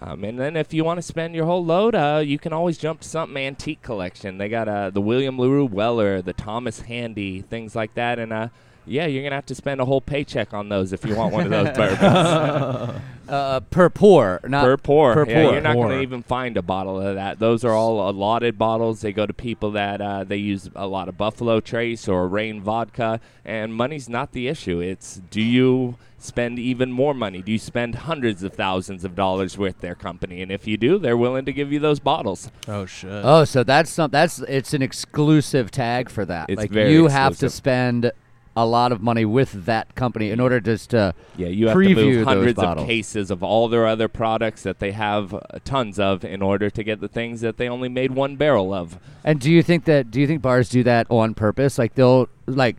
A: Um, and then if you want to spend your whole load, uh, you can always jump to something antique collection. They got uh, the William LaRue Weller, the Thomas Handy, things like that. And uh, yeah, you're gonna have to spend a whole paycheck on those if you want one of those bourbons
C: Uh, per pour, not
A: per pour.
C: Uh, Per
A: yeah,
C: pour.
A: you're not
B: Pour.
A: gonna even find a bottle of that. Those are all allotted bottles. They go to people that uh, they use a lot of Buffalo Trace or Rain vodka. And money's not the issue. It's do you spend even more money? Do you spend hundreds of thousands of dollars with their company? And if you do, they're willing to give you those bottles.
B: Oh shit.
C: Oh, so that's some that's it's an exclusive tag for that.
A: It's
C: like
A: very
C: you have to
A: exclusive.
C: spend a lot of money with that company in order just to
A: Yeah, you have
C: preview
A: to move
C: those
A: hundreds
C: bottles.
A: of cases of all their other products that they have uh, tons of in order to get the things that they only made one barrel of.
C: And do you think that do you think bars do that on purpose? Like they'll like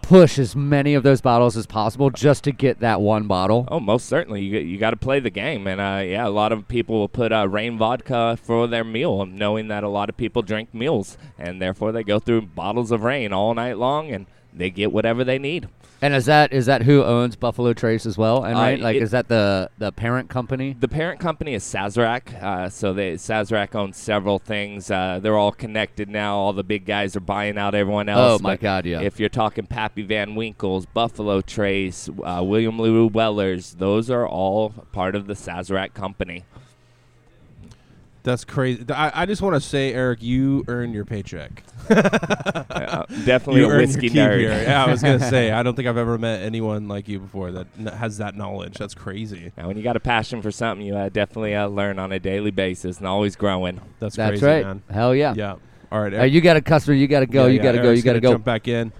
C: push as many of those bottles as possible just to get that one bottle.
A: Oh, most certainly. You, you got to play the game. And uh, yeah, a lot of people will put uh, rain vodka for their meal, knowing that a lot of people drink meals. And therefore, they go through bottles of rain all night long and they get whatever they need.
C: And is that is that who owns Buffalo Trace as well? And
A: Uh,
C: right, like
A: it-
C: is that the the parent company?
A: The parent company is Sazerac. Uh, so they Sazerac owns several things. Uh, they're all connected now. All the big guys are buying out everyone else.
C: Oh, my
A: but
C: God, yeah.
A: If you're talking Pappy Van Winkle's, Buffalo Trace, uh, William LaRue Weller's, those are all part of the Sazerac company.
B: That's crazy. Th- I, I just want to say, Eric, you earn your paycheck.
A: Uh, definitely
B: you
A: a
B: earn
A: whiskey
B: your keep
A: nerd.
B: here. Yeah, I was gonna say. I don't think I've ever met anyone like you before that n- has that knowledge. That's crazy.
A: Now, when you got a passion for something, you uh, definitely uh, learn on a daily basis and always growing.
B: That's,
C: That's
B: crazy,
C: right.
B: man.
C: Hell yeah.
B: Yeah. All right.
C: Uh, you got a customer, you got to go,
B: Yeah,
C: you
B: yeah,
C: got to go,
B: Eric's
C: you got to
B: gonna
C: go.
B: Jump back in.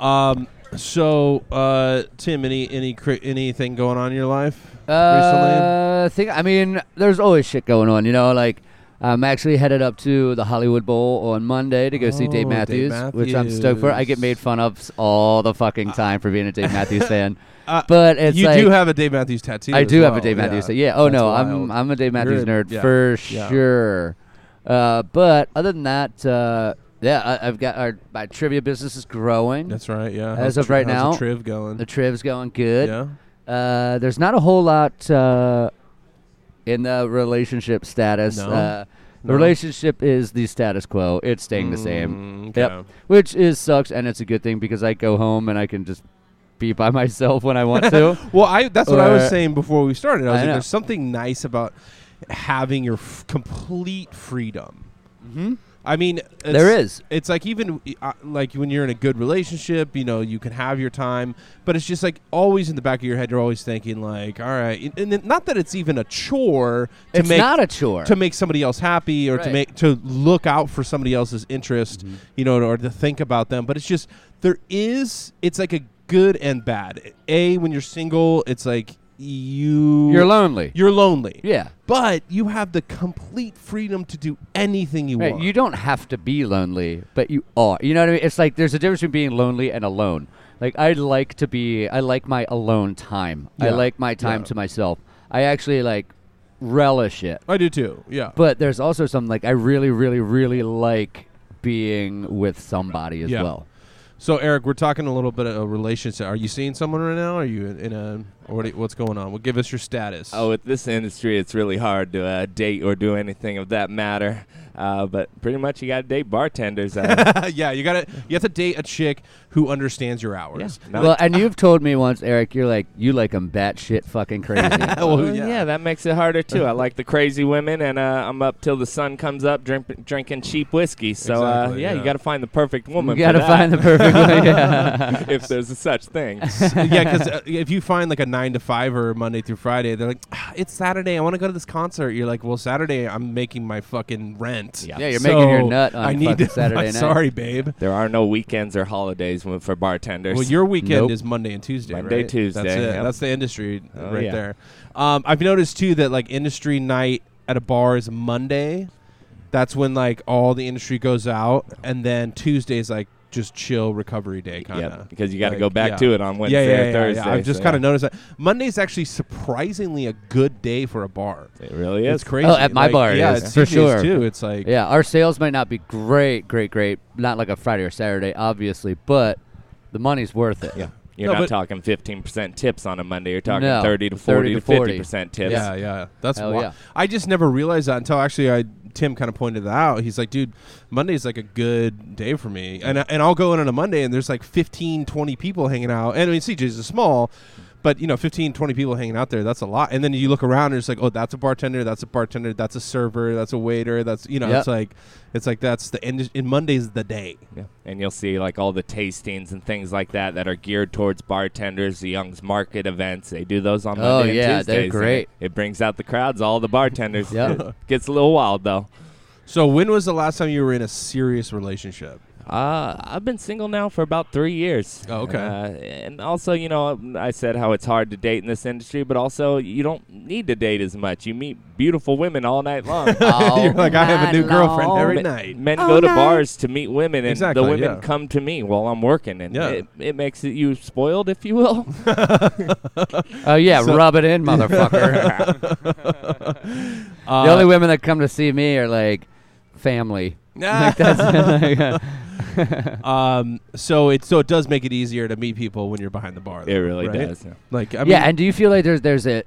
B: Um. So, uh, Tim, any any cri- anything going on in your life recently?
C: Uh, think I mean, there's always shit going on, you know. Like I'm actually headed up to the Hollywood Bowl on Monday to go see Dave
B: Oh, Dave
C: Matthews, which I'm stoked for. I get
B: Matthews.
C: made fun of s- all the fucking time for being a Dave Matthews fan,
B: Uh,
C: but it's
B: you
C: like
B: do have a Dave Matthews tattoo.
C: I
B: as
C: do have a
B: well,
C: Dave Matthews.
B: Yeah.
C: Yeah. yeah. Oh
B: That's
C: no,
B: wild.
C: I'm I'm a Dave Matthews
B: You're a-
C: nerd
B: yeah,
C: for
B: yeah.
C: sure. Uh, but other than that, uh, yeah, I, I've got our my trivia business is growing.
B: That's right. Yeah.
C: As
B: How's
C: of
B: tr-
C: right
B: how's the
C: now,
B: Triv going.
C: the triv's going good.
B: Yeah.
C: Uh, there's not a whole lot uh, in the relationship status.
B: No?
C: Uh, the
B: No?
C: relationship is the status quo. It's staying the same.
B: Mm,
C: Yep. Which is sucks and it's a good thing because I go home and I can just be by myself when I want to.
B: Well, I that's what I
C: Or-
B: was saying before we started. I was
C: I
B: like,
C: know.
B: there's something nice about having your f- complete freedom.
C: Mhm.
B: I mean, it's,
C: There is.
B: It's like even uh, like when you're in a good relationship, you know, you can have your time, but it's just like always in the back of your head, you're always thinking like, all right, and then, not that it's even a chore to
C: It's
B: make
C: not a chore.
B: to make somebody else happy or to
C: Right. Mm-hmm.
B: make to look out for somebody else's interest, you know, or to think about them. But it's just there is it's like a good and bad. A when you're single, it's like you
C: You're lonely.
B: You're lonely.
C: yeah.
B: But you have the complete freedom to do anything you
C: Right,
B: want.
C: you don't have to be lonely, but you are. You know what I mean? It's like there's a difference between being lonely and alone. Like I like to be I like my alone time. I
B: Yeah,
C: like my time
B: yeah.
C: to myself. I actually like relish it.
B: I do too. Yeah.
C: But there's also something like I really really really like being with somebody as
B: Yeah.
C: well.
B: so Eric, we're talking a little bit of a relationship. Are you seeing someone right now? Are you in, in a or what do you- what's going on? Well, give us your status.
A: Oh, with this industry, it's really hard to uh, date or do anything of that matter. Uh, but pretty much, you got to date bartenders. Uh,
B: yeah, you got to you have to date a chick who understands your hours.
A: yeah, no.
C: well, and you've told me once, Eric, you're like you like them batshit fucking crazy.
B: Well,
A: Well, Oh, yeah. that makes it harder too. I like the crazy women, and uh, I'm up till the sun comes up drink, drinking cheap whiskey. So uh,
B: Exactly,
A: yeah,
B: yeah.
A: you got to find the perfect woman.
C: you got to find the perfect one. Yeah.
A: if there's a such thing.
B: yeah, because uh, if you find like a nine to five or Monday through Friday, they're like, "Ah, it's Saturday. I want to go to this concert. You're like, well, Saturday I'm making my fucking rent.
A: Yeah.
C: Yeah, you're making your
B: So,
C: nut on
B: I need
C: fucking
B: to-
C: Saturday night.
B: Sorry, babe.
A: There are no weekends or holidays when- for bartenders.
B: Well, your weekend
C: Nope.
B: is Monday and Tuesday.
A: Monday,
B: right?
A: Tuesday,
B: That's it.
A: yep.
B: That's the industry
A: Oh,
B: right
A: yeah.
B: there. Um, I've noticed too that like industry night at a bar is Monday. That's when like all the industry goes out, and then Tuesday's like just chill recovery day kind of.
A: yeah, because you got to
B: Like,
A: go back
B: yeah.
A: to it on Wednesday
B: yeah, yeah,
A: or
B: yeah,
A: Thursday.
B: Yeah, I've just
A: so,
B: kind of noticed that Monday's actually surprisingly a good day for a bar.
A: yeah. It really
B: It's
A: is.
B: crazy.
C: Oh, at my
B: Like,
C: bar it
B: yeah,
C: is,
B: it's
C: for
B: usually is
C: sure.
B: Too, it's like
C: Yeah, our sales might not be great, great, great. Not like a Friday or Saturday, obviously, but the money's worth it.
B: yeah,
A: You're
B: No,
A: not
B: but-
A: talking 15% tips on a Monday. You're talking
C: No,
A: 30 to
C: 30
A: 40 to
C: to 40.
A: 50% tips.
B: Yeah, yeah. That's
C: Hell
B: why.
C: yeah.
B: I just never realized that until actually I Tim kind of pointed that out. He's like, dude, Monday's like a good day for me. And I- and I'll go in on a Monday and there's like 15, 20 people hanging out. And I mean, CJ's is small, but you know, 15, 20 people hanging out there, that's a lot. And then you look around and it's like, oh, that's a bartender, that's a bartender, that's a server, that's a waiter, that's you know,
C: Yep.
B: it's like it's like that's the end and Monday's the day.
A: Yeah. And you'll see like all the tastings and things like that that are geared towards bartenders, the Young's Market events. They do those on
C: Oh,
A: Monday and
C: yeah,
A: Tuesdays.
C: they're
A: and
C: great.
A: It, it brings out the crowds, all the bartenders.
C: Yeah.
A: It gets a little wild though.
B: So when was the last time you were in a serious relationship?
A: Uh, I've been single now for about three years.
B: Oh, okay.
A: Uh, and also, you know, I said how it's hard to date in this industry, but also you don't need to date as much. You meet beautiful women all night long.
C: Oh,
B: You're like, I have a new
C: my
B: girlfriend
C: lord.
B: every
A: Men-
B: night.
A: Men
D: Oh,
A: go to
D: no.
A: bars to meet women, and
B: Exactly,
A: the women
B: yeah.
A: come to me while I'm working, and
B: Yeah.
A: it, it makes it, you spoiled, if you will.
C: Oh yeah, rub it in, motherfucker. the
B: Uh,
C: only women that come to see me are like family. Like that's like, uh,
B: Um, so it so it does make it easier to meet people when you're behind the bar.
A: it
B: though,
A: really
B: right?
A: does. yeah.
B: Like I mean,
C: yeah, and do you feel like there's there's a,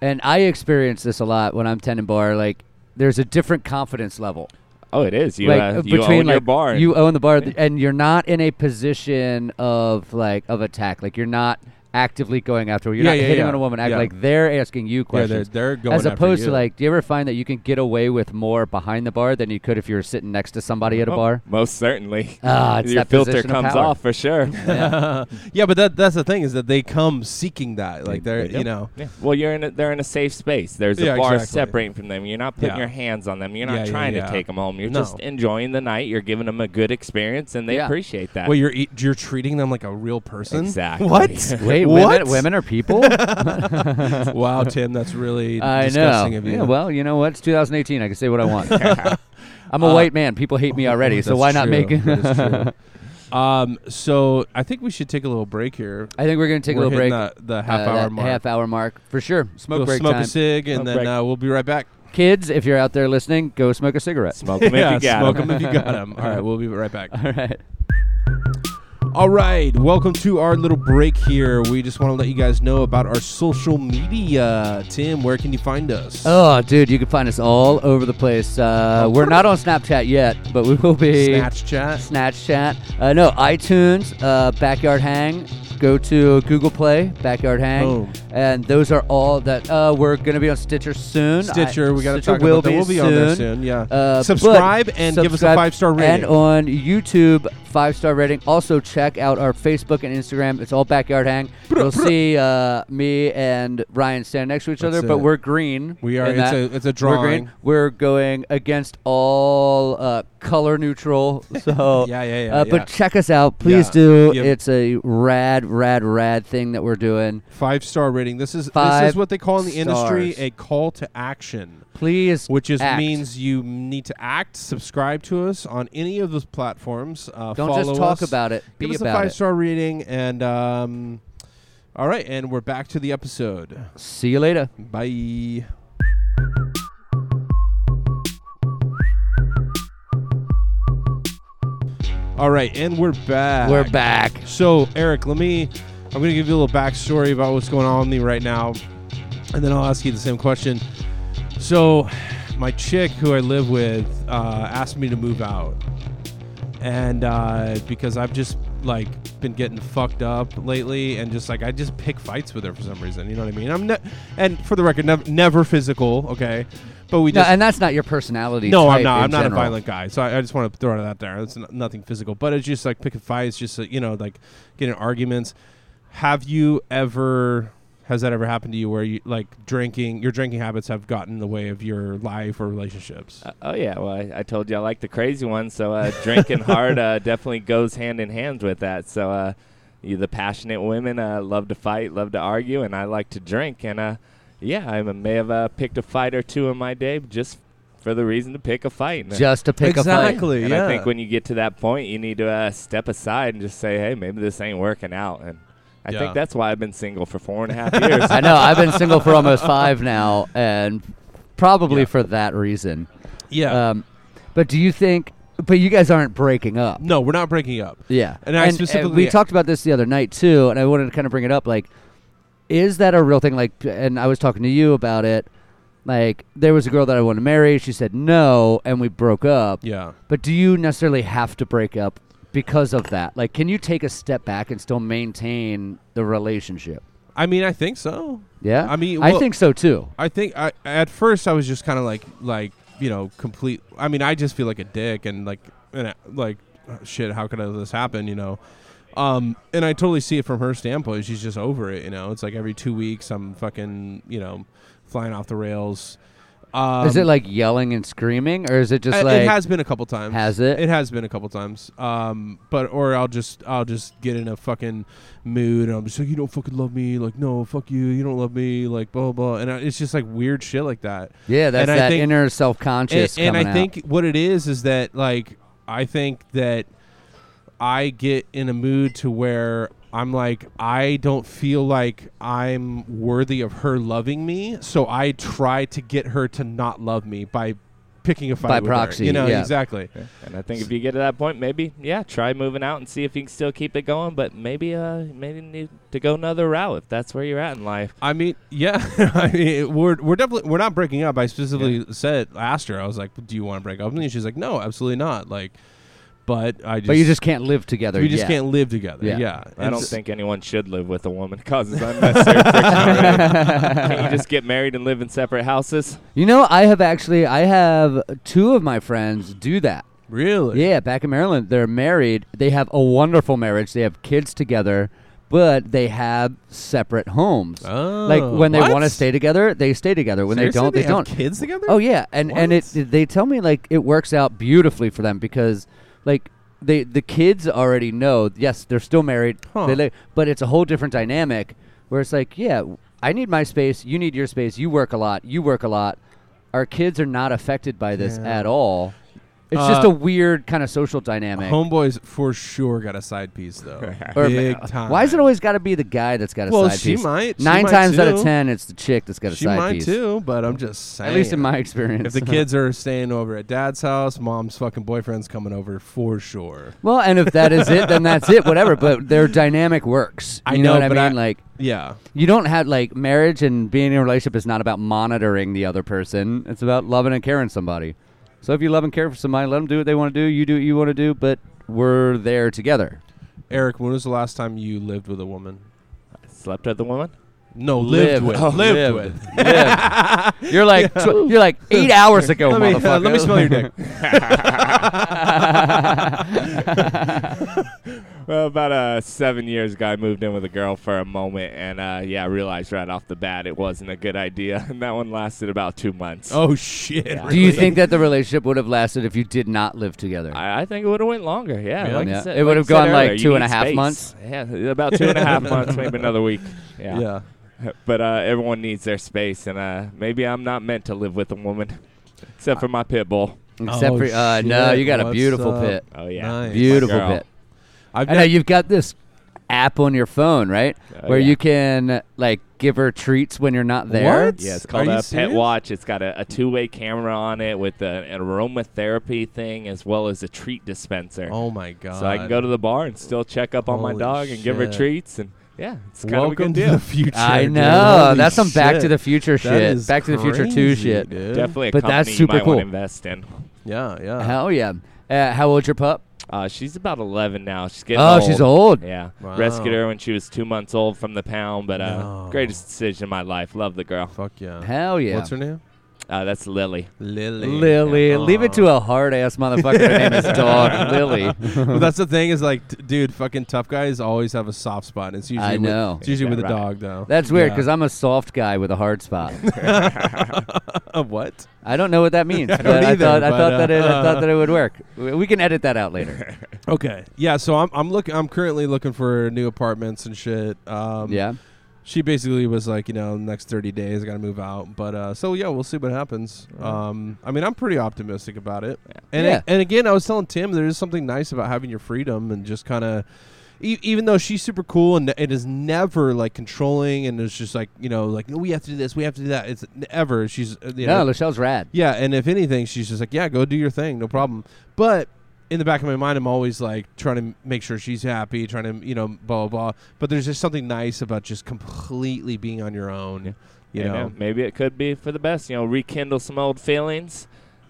C: and I experience this a lot when I'm tending bar. Like there's a different confidence level.
A: Oh, it is. You,
C: like
A: uh,
C: uh,
A: you
C: between
A: own
C: like
A: your bar.
C: you own the bar, th- and you're not in a position of like of attack. Like you're not actively going after. her. You're
B: Yeah,
C: not
B: yeah,
C: hitting
B: yeah.
C: on a woman. Act
B: Yeah.
C: like they're asking you
B: yeah,
C: questions.
B: they're, they're going
C: As
B: after
C: opposed
B: you.
C: to like, do you ever find that you can get away with more behind the bar than you could if you were sitting next to somebody at a
A: Oh,
C: bar?
A: Most certainly.
C: Ah, it's
A: your
C: that
A: filter
C: position of
A: comes
C: power.
A: off for sure.
B: yeah, but that that's the thing is that they come seeking that. Like they're
A: They do.
B: you know
A: Yeah. Well, you're in. A, they're in a safe space. There's
B: Yeah,
A: a bar
B: exactly.
A: separating from them. You're not putting
B: Yeah.
A: your hands on them. You're not
B: Yeah, yeah,
A: trying
B: yeah.
A: to take them home. You're
B: No.
A: just enjoying the night. You're giving them a good experience, and they
C: Yeah.
A: appreciate that.
B: well you're e- you're treating them like a real person.
A: exactly.
B: What?
C: Wait, women,
B: What?
C: women are people.
B: wow, Tim, that's really
C: I know.
B: disgusting of you.
C: Yeah, well, you know what? It's 2018. I can say what I want. I'm a white man. People hate me already,
B: Uh,
C: so
B: That's
C: why not
B: true.
C: make it?
B: That is true. um, so I think we should take a little break here.
C: I think we're gonna take
B: We're
C: a little break.
B: hitting The, the half
C: uh,
B: hour
C: that
B: mark.
C: Half hour mark for sure. Smoke
B: we'll
C: break
B: smoke
C: time.
B: a cig, and
A: Smoke
B: then
A: break.
B: uh, we'll be right back.
C: Kids, if you're out there listening, go smoke a cigarette.
A: Smoke 'em if
B: yeah,
A: you got 'em.
B: smoke 'em if you got 'em. All right, we'll be right back.
C: All right.
B: All right, welcome to our little break here. We just want to let you guys know about our social media. Tim, where can you find us?
C: Oh, dude, you can find us all over the place. Uh, we're not on Snapchat yet, but we will be.
B: Snapchat.
C: Snapchat. Uh, no, iTunes, uh, Backyard Hang. Go to Google Play, Backyard Hang,
B: Boom.
C: and those are all that uh, we're gonna be on Stitcher soon.
B: Stitcher,
C: I-
B: we got to
C: Stitcher
B: talk
C: will
B: about that. We'll be on there soon. Yeah.
C: Uh, but
B: subscribe and give us a
C: subscribe
B: five star rating.
C: And on YouTube, five star rating. Also, check out our Facebook and Instagram. It's all Backyard Hang. You'll see uh, me and Ryan stand next to each other,
B: That's
C: but
B: it.
C: we're green.
B: We are-
C: in
B: it's
C: that.
B: a- it's a
C: We're
B: drawing.
C: green. We're going against all uh, color neutral. So
B: Yeah, yeah, yeah,
C: uh,
B: yeah.
C: But check us out, please
B: Yeah.
C: do.
B: Yeah.
C: It's a rad, rad, rad thing that we're doing.
B: five star rating. This is this
C: Five
B: is what they call in the industry
C: stars.
B: a call to action.
C: Please,
B: Which is
C: act.
B: means you need to act. Subscribe to us on any of those platforms. Uh,
C: don't
B: follow
C: just
B: us.
C: talk about it.
B: Give
C: Be
B: us a
C: about
B: five
C: it.
B: star rating and um, all right, and we're back to the episode.
C: See you later.
B: Bye. All right, and we're back.
C: We're back.
B: So, Eric, let me. I'm going to give you a little backstory about what's going on with me right now, and then I'll ask you the same question. So, my chick who I live with uh, asked me to move out, and uh, because I've just like been getting fucked up lately, and just like I just pick fights with her for some reason. You know what I mean? I'm ne- and for the record, nev- never physical. Okay, but we
C: No,
B: just
C: and that's not your personality.
B: no,
C: type
B: I'm not.
C: in
B: I'm not
C: general.
B: a violent guy, so I, I just want to throw it out there. It's n- nothing physical, but it's just like picking fights, just uh, you know, like getting arguments. Have you ever? Has that ever happened to you where you like drinking? Your drinking habits have gotten in the way of your life or relationships.
A: Uh, oh yeah, well I, I told you I like the crazy one, so uh, drinking hard uh, definitely goes hand in hand with that. So uh, you, the passionate women uh, love to fight, love to argue, and I like to drink. And uh, yeah, I may have uh, picked a fight or two in my day just for the reason to pick a fight. And, uh,
C: Just to pick a fight.
A: and I think when you get to that point, you need to uh, step aside and just say, hey, maybe this ain't working out. And I
B: Yeah.
A: think that's why I've been single for four and a half years.
C: I know. I've been single for almost five now, and probably
B: Yeah.
C: for that reason.
B: yeah,
C: Um, but do you think? But you guys aren't breaking up.
B: no, we're not breaking up.
C: Yeah.
B: And I specifically-
C: we talked about this the other night too, and I wanted to kind of bring it up. Like, is that a real thing? Like, and I was talking to you about it. Like, there was a girl that I wanted to marry. She said no, and we broke up.
B: Yeah,
C: But do you necessarily have to break up because of that? Like, can you take a step back and still maintain the relationship?
B: I mean, I think so.
C: Yeah.
B: I mean,
C: I
B: well-
C: think so too.
B: I think I at first I was just kind of like like you know complete. I mean, I just feel like a dick and like and uh, like oh, shit. How could this happen? You know. Um, and I totally see it from her standpoint. She's just over it, you know. It's like every two weeks I'm fucking, you know, flying off the rails. Um,
C: is it like yelling and screaming, or is it just
B: I-
C: like
B: it has been a couple times.
C: Has it?
B: It has been a couple times. Um, but or I'll just I'll just get in a fucking mood and I'm just like, you don't fucking love me. Like, no, fuck you. You don't love me. Like, blah blah. blah. And I, it's just like weird shit like that.
C: yeah, that's
B: and I
C: that
B: think-
C: inner self conscious.
B: And, and I
C: out.
B: think what it is is that like I think that I get in a mood to where I'm like I don't feel like I'm worthy of her loving me, so I try to get her to not love me by picking a fight
C: By
B: with her,
C: proxy,
B: you know
C: yeah.
B: exactly.
A: And I think if you get to that point, maybe yeah, try moving out and see if you can still keep it going. But maybe uh, maybe need to go another route if that's where you're at in life.
B: I mean, yeah, I mean, we're we're definitely we're not breaking up. I specifically said asked her. I was like, "Do you want to break up?" And she's like, "No, absolutely not." Like, but I just
C: but you just can't live together.
B: we just
C: yet.
B: can't live together.
C: Yeah.
B: Yeah,
A: I don't
B: It's-
A: think anyone should live with a woman. It causes unnecessary friction. already. Can't you just get married and live in separate houses?
C: You know, I have actually, I have two of my friends do that.
B: really.
C: Yeah, back in Maryland, they're married. They have a wonderful marriage. They have kids together, but they have separate homes.
B: Oh,
C: like when they
B: what?
C: want to stay together, they stay together. When
B: Seriously?
C: they don't, Oh, they,
B: have
C: don't.
B: Kids together?
C: Oh yeah, and and it they tell me like it works out beautifully for them because like they the kids already know. Yes, they're still married.
B: Huh.
C: They li- but it's a whole different dynamic where it's like, yeah, I need my space. You need your space. You work a lot. You work a lot. Our kids are not affected by this
B: Yeah.
C: at all. It's just
B: Uh,
C: a weird kind of social dynamic.
B: Homeboys for sure got a side piece though.
C: Or- uh,
B: Big time.
C: Why is it always got to be the guy that's got a
B: Well,
C: side
B: she
C: piece?
B: might. She
C: Nine
B: might
C: times out of
B: too.
C: ten, it's the chick that's got a
B: She
C: side
B: might
C: piece.
B: too, but I'm just saying.
C: At least in my experience.
B: If the kids are staying over at dad's house, mom's fucking boyfriend's coming over for sure.
C: well, and if that is it, then that's it. Whatever. But their dynamic works.
B: I
C: You
B: know,
C: what I
B: but
C: mean?
B: I-
C: like
B: Yeah.
C: you don't have like marriage and being in a relationship is not about monitoring the other person. It's about loving and caring somebody. So if you love and care for somebody, let them do what they want to do. You do what you want to do, but we're there together.
B: Eric, when was the last time you lived with a woman?
A: Slept with the woman?
B: No,
C: Lived.
B: lived, with.
A: Oh,
B: lived,
A: lived.
B: with.
C: Yeah. you're like tw- you're like eight hours ago,
B: let, me,
C: Oh, motherfucker.
B: uh, let me smell your dick.
A: Well, about uh, seven years ago, I moved in with a girl for a moment, and uh, yeah, I realized right off the bat it wasn't a good idea, and that one lasted about two months.
B: Oh shit!
C: Do you think that the relationship would have lasted if you did not live together?
A: I, I think it would have went longer. Yeah,
B: Yeah.
A: like I
C: Yeah.
A: said-
C: It would've
A: I said
C: gone, like,
A: earlier,
C: two
A: you
C: and a
A: need
C: half
A: space.
C: months?
A: Yeah, about two and a half months, maybe another week.
B: Yeah.
A: Yeah. but uh, everyone needs their space, and uh, maybe I'm not meant to live with a woman, except for my pit bull.
C: Except
B: Oh,
C: for uh, no,
B: shit.
C: you got a
B: What's
C: beautiful
B: up?
C: pit,
A: Oh yeah,
B: Nice. It's my
C: beautiful
A: girl.
C: pit.
B: I've
C: I know
B: got,
C: you've got this app on your phone, right?
A: Oh,
C: Where
A: yeah.
C: you can like give her treats when you're not there.
B: What?
A: Yeah, it's
B: Are
A: called
B: you
A: a pet
B: serious?
A: watch. It's got a, a two-way camera on it with a, an aromatherapy thing as well as a treat dispenser.
B: Oh my god!
A: so I can go to the bar and still check up on my
B: Holy
A: dog and give her
B: shit.
A: treats and yeah, it's kind of a
B: Welcome
A: good
B: to
A: deal.
B: the future.
C: I
B: dude.
C: know.
B: Holy
C: that's some Back to
B: shit.
C: the Future
B: That
C: shit.
B: is
C: Back to the Future Two
B: crazy,
C: shit.
B: dude.
A: Definitely a
C: But
A: company
C: that's
A: you
C: super
A: might want
C: cool.
A: to invest in.
B: Yeah, yeah.
C: Hell yeah! Uh, how old's your pup?
A: Uh, she's about 11 now. She's getting
C: Oh,
A: old.
C: she's old.
A: Yeah,
B: Wow.
A: rescued her when she was two months old from the pound. But uh,
B: No.
A: greatest decision of my life. Love the girl.
B: Fuck yeah.
C: Hell yeah!
B: What's her name?
A: Uh, that's Lily.
B: Lily.
C: Lily.
B: Yeah.
C: Leave it to a hard ass motherfucker to name his dog Lily.
B: well, that's the thing is like, d- dude, fucking tough guys always have a soft spot. and It's usually
C: I
B: with-
C: know.
B: it's usually with
A: Yeah,
B: a
A: right.
B: dog though.
C: That's weird
B: Yeah.
C: because I'm a soft guy with a hard spot.
B: Uh, what?
C: I don't know what that means.
B: I
C: but
B: don't
C: I
B: either,
C: thought I
B: but,
C: thought
B: uh,
C: that it, I
B: uh,
C: thought that it would work. We we can edit that out later.
B: Okay. Yeah. So I'm I'm looking I'm currently looking for new apartments and shit. Um,
C: yeah.
B: She basically was like, you know, next 30 days, I gotta move out. But uh, so yeah, we'll see what happens. Um, I mean, I'm pretty optimistic about it. And
C: Yeah.
B: and again, I was telling Tim, there is something nice about having your freedom and just kind of. E- even though she's super cool and it is never like controlling and it's just like you know like no we have to do this we have to do that it's never she's uh, you know,
C: No, Lachelle's rad.
B: yeah, and if anything, she's just like, yeah, go do your thing, no problem. But in the back of my mind, I'm always like trying to m- make sure she's happy, trying to you know blah blah. blah. But there's just something nice about just completely being on your own. You
A: And, uh,
B: know,
A: maybe it could be for the best. You know, rekindle some old feelings.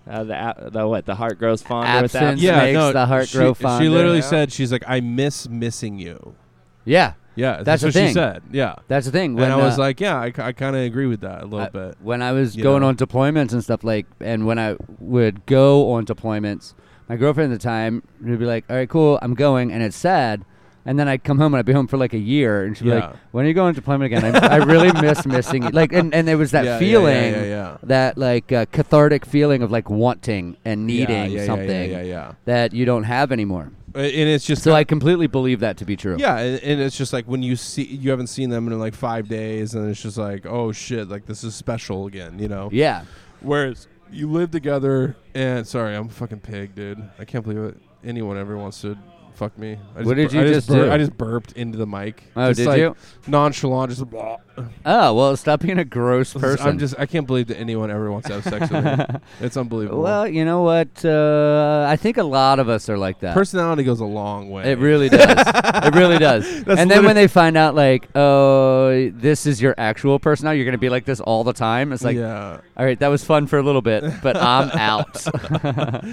A: Uh, the, a- the what? The heart grows fonder with
C: Absence.
A: absence.
C: Yeah. makes the heart
B: she,
C: grow
B: She
C: fonder.
B: literally
A: Yeah.
B: said she's like, I miss missing you.
C: Yeah,
B: Yeah, that's,
C: That's the
B: what
C: thing.
B: she said. Yeah,
C: that's the thing.
B: and I was
C: uh,
B: like, yeah, I, kind of agree with that a little
C: I-
B: bit.
C: when I was
B: you
C: going
B: know.
C: on deployments and stuff like, and when I would go on deployments, my girlfriend at the time would be like, "All right, cool, I'm going," and it's sad. And then I'd come home and I'd be home for like a year, and she'd be like,
B: Yeah.
C: "When are you going on deployment again?" I, I really miss missing you. Like, and, and there was that
B: Yeah, yeah, yeah,
C: feeling,
B: yeah, yeah.
C: that like uh, cathartic feeling of like wanting and
B: Yeah,
C: needing
B: yeah, yeah,
C: something
B: Yeah, yeah,
C: that you don't have anymore.
B: yeah. And it's just
C: So I completely believe that to be true.
B: Yeah, and, and it's just like when you see you haven't seen them in like five days, and it's just like, oh shit, like this is special again, you know.
C: Yeah.
B: Whereas you live together, and sorry, I'm a fucking pig, dude. I can't believe it. anyone ever wants to fuck me. I
C: What did
B: bur-
C: you
B: I
C: just do?
B: I just burped into the mic.
C: Oh,
B: Just,
C: did
B: like,
C: you?
B: Nonchalant, just. Blah.
C: Oh well, stop being a gross person.
B: I'm just. I can't believe that anyone ever wants to have sex with me. It's unbelievable.
C: Well, you know what? Uh, I think a lot of us are like that.
B: personality goes a long way.
C: it really does. it really does. and then when they find out, like, oh, this is your actual personality, you're going to be like this all the time. It's like,
B: yeah.
C: all right, that was fun for a little bit, but I'm out. like,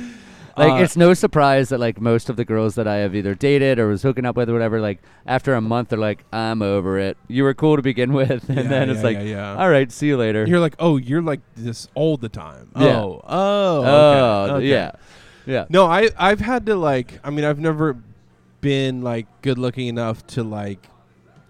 B: Uh,
C: it's no surprise that, like, most of the girls that I have either dated or was hooking up with or whatever, like, after a month, they're like, I'm over it. You were cool to begin with. And
B: Yeah,
C: then it's
B: yeah,
C: like,
B: yeah, yeah.
C: all right, see you later.
B: You're like, oh, you're like this all the time.
C: Yeah.
B: Oh, oh,
C: oh,
B: okay, okay.
C: yeah. Yeah.
B: No, I I've had to like. I mean, I've never been like good looking enough to like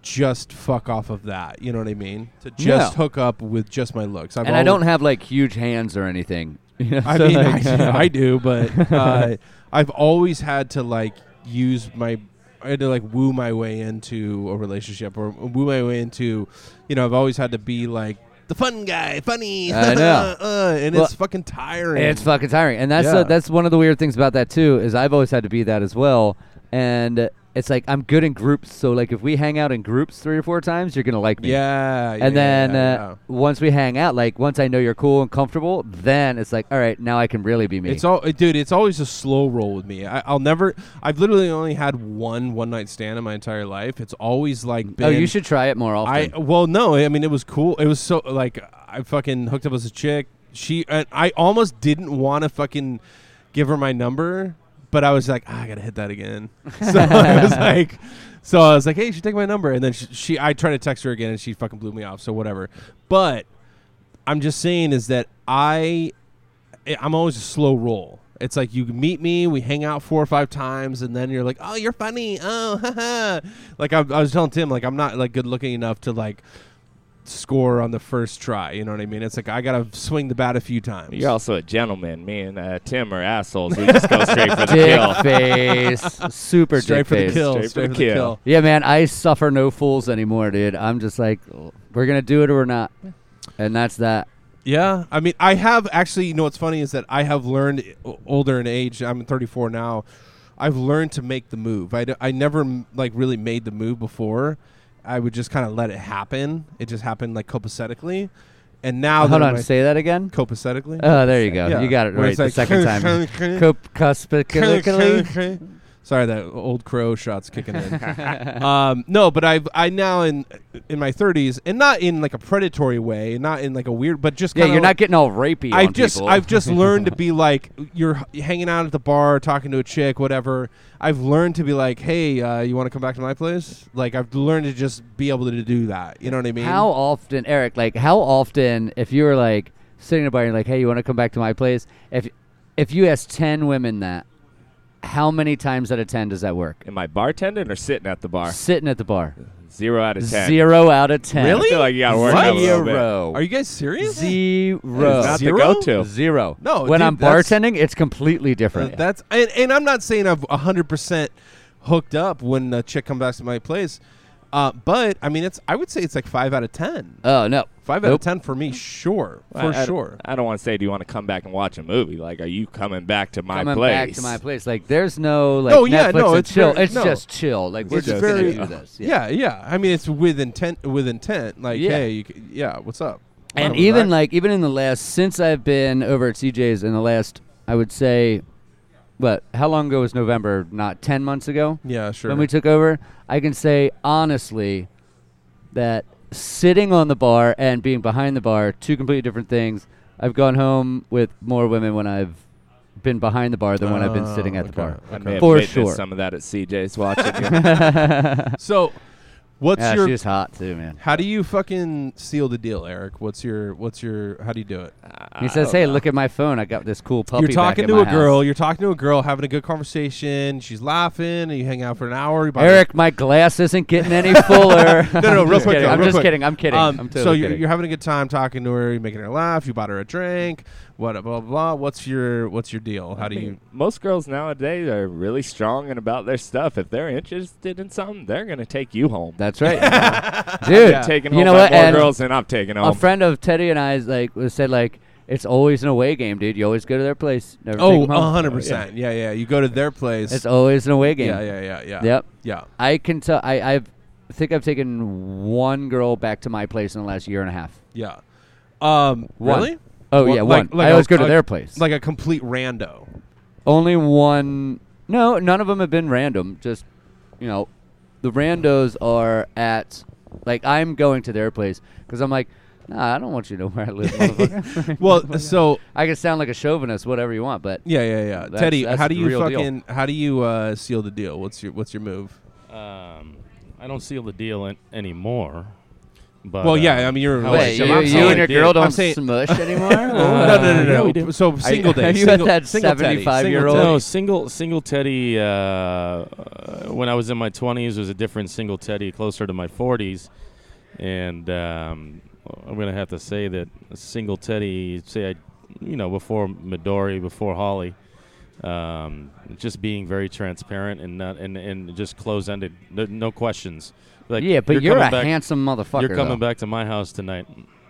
B: just fuck off of that. You know what I mean? To just hook up with just my looks. I've
C: and I
B: always-
C: don't have, like, huge hands or anything. You know,
B: I
C: so,
B: mean,
C: like-
B: I, do, I do, but uh, I've always had to like use my I had to like woo my way into a relationship or woo my way into, you know, I've always had to be like the fun guy, funny.
C: I know.
B: uh, and
C: Well,
B: it's fucking tiring.
C: It's fucking tiring, and that's
B: Yeah.
C: uh, that's one of the weird things about that too. Is I've always had to be that as well, and it's like I'm good in groups. So like if we hang out in groups three or four times, you're gonna like me.
B: yeah.
C: And
B: yeah,
C: then uh, once we hang out, like once I know you're cool and comfortable, then it's like, all right, now I can really be me.
B: yeah. it's all dude. It's always a slow roll with me. I, I'll never. I've literally only had one one night stand in my entire life. It's always like been,
C: oh, you should try it more often.
B: I well, no. I mean, it was cool. It was so like I fucking hooked up with a chick. She and I almost didn't want to fucking give her my number, but I was like, "Ah, I gotta hit that again. So I was like, so I was like, hey, you should take my number. And then she, she, I tried to text her again, and she fucking blew me off. So whatever. But I'm just saying is that I, I- I'm always a slow roll. It's like you meet me, we hang out four or five times, and then you're like, "Oh, you're funny." Oh, haha. like I, I was telling Tim, like I'm not like good looking enough to like score on the first try. You know what I mean? It's like I gotta swing the bat a few times.
A: You're also a gentleman. Me and uh, Tim are assholes. We just go straight for the
C: dick
A: kill.
C: face, super
B: straight
C: dick
B: for the
C: face.
B: kill.
A: Straight for
B: Straight
A: the
B: for the
A: kill.
B: kill.
C: Yeah, man, I suffer no fools anymore, dude. I'm just like, we're gonna do it or we're not, and that's that.
B: Yeah, I mean, I have actually. You know what's funny is that I have learned o- older in age. I'm 34 now. I've learned to make the move. I, d- I never m- like really made the move before. I would just kind of let it happen. It just happened like copacetically, and now that
C: Hold on,
B: I'm
C: say that again.
B: copacetically.
C: Oh, there you go.
B: Yeah.
C: You got it
B: Where
C: right
B: it's
C: the
B: like,
C: second time. Cop- cuspically.
B: Sorry, that old crow shot's kicking in. um, no, but I've I now in in my 30s, and not in like a predatory way, not in like a weird, but just
C: Yeah,
B: kinda
C: you're
B: like-
C: not getting all rapey.
B: I
C: on
B: just
C: people.
B: I've just learned to be like you're h- hanging out at the bar talking to a chick whatever. I've learned to be like, "Hey, uh, you want to come back to my place?" Like I've learned to just be able to do that. You know what I mean?
C: How often, Eric? Like, how often, if you were like sitting at a bar and you're like, "Hey, you want to come back to my place?" If if you ask ten women that, how many times out of ten does that work?
A: Am I bartending or sitting at the bar?
C: Sitting at the bar,
A: Zero out of ten.
C: zero out of ten.
A: I feel like you gotta work up a little bit.
C: Zero.
B: Are you guys serious?
C: Zero.
A: It's not
B: Zero?
A: the go-to.
C: Zero.
B: No,
C: when
B: dude,
C: I'm
B: that's-
C: bartending, it's completely
B: Uh,
C: different.
B: That's and, and I'm not saying I've 100 percent hooked up when a chick comes back to my place, uh, but I mean it's I would say it's like five out of ten.
C: oh no.
B: Five out of
C: Nope.
B: ten for me, sure,
A: Well,
B: for
A: I- I-
B: sure.
A: I don't want to say, do you want to come back and watch a movie? Like, are you coming back to my
C: Coming
A: place?
C: back to my place. Like, there's no like
B: No, yeah,
C: Netflix
B: no,
C: and
B: it's
C: chill.
B: very-
C: it's
B: no.
C: just chill. Like we're
B: It's
C: just
B: very-
C: gonna do this.
B: Yeah.
C: Yeah.
B: yeah, I mean, it's with intent. With intent, like,
C: Yeah.
B: hey, you, c- yeah, what's up?
C: And
B: Wow,
C: even
B: that-
C: like even in the last since I've been over at CJ's in the last I would say what how long ago was November? Not ten months ago
B: yeah, sure.
C: when we took over. I can say honestly that sitting on the bar and being behind the bar two completely different things. I've gone home with more women when I've been behind the bar than when I've been
B: Oh,
C: sitting at the
B: okay,
C: bar.
A: I may have
C: For
A: witnessed
C: sure.
A: some of that at CJ's watching.
B: so, what's
C: Yeah,
B: your?
C: she's hot too, man.
B: How do you fucking seal the deal, Eric? What's your? What's your? How do you do it?
A: Uh,
C: He says, "Hey, look at my phone. I got this cool puppy."
B: Uh, oh, you're talking
C: back at
B: to
C: my
B: a girl.
C: house."
B: You're talking to a girl, having a good conversation. She's laughing, and you hang out for an hour. you buy-
C: Eric, my glass isn't getting any fuller.
B: No, no, no, real
C: I'm just
B: quick.
C: kidding.
B: though,
C: I'm
B: real
C: just
B: quick.
C: kidding. I'm kidding.
B: Um,
C: I'm
B: so
C: totally
B: you're,
C: kidding.
B: you're having a good time talking to her. You're making her laugh. You bought her a drink. What? Blah blah. blah. What's your? What's your deal? How do you?
A: Most girls nowadays are really strong and about their stuff. If they're interested in something, they're gonna take you home.
C: That's right, dude.
A: I've taken
C: you
A: home
C: know
A: by
C: what?
A: more
C: And
A: girls than I've taken
C: a
A: home.
C: friend of Teddy and I's like was said like it's always an away game, dude. You always go to their place. Never take 'em
B: Oh,
C: home.
B: 100 percent. Yeah, yeah. You go to their place.
C: It's always an away game.
B: yeah, yeah, yeah, yeah.
C: Yep.
B: Yeah.
C: I can tell. I I've I think I've taken one girl back to my place in the last year and a half.
B: Yeah. Um,
C: One.
B: Really?
C: Oh
B: Well,
C: yeah,
B: like-
C: one.
B: like
C: I always
B: a-
C: go to
B: a-
C: their place.
B: Like a complete rando.
C: Only one. No, none of them have been random. Just, you know, the randos are at, like, I'm going to their place because I'm like, nah, I don't want you to know where I live. motherfucker."
B: Well, so
C: I can sound like a chauvinist, whatever you want, but
B: yeah, yeah, yeah.
C: That's-
B: Teddy,
C: that's
B: how do
C: the
B: you
C: real deal.
B: fucking how do you uh, seal the deal? What's your what's your move?
E: Um, I don't seal the deal an- anymore. But
B: well,
E: uh,
B: yeah, I mean you're in a
E: Wait,
B: relationship.
E: you-
B: I'm
E: you
B: saying-
E: and your
B: dude, I'm saying,
C: smush anymore.
B: no, no,
E: Uh, yeah,
B: no,
E: we
B: no.
E: do.
B: So single
C: you-
B: day.
C: are you at
B: single,
C: that
B: single Teddy,
C: 75-year-old?
B: single
E: No,
B: Teddy.
E: single single Teddy. Uh, uh, when I was in my twenties, was a different single Teddy, closer to my forties, and um, I'm gonna have to say that a single Teddy. Say I, you know, before Midori, before Holly, Um, just being very transparent and not and, and just close ended, no, no questions. Like
C: yeah, but
E: you're,
C: you're, a
E: coming back,
C: handsome motherfucker.
E: You're coming
C: though. Mm,
E: back to my house tonight.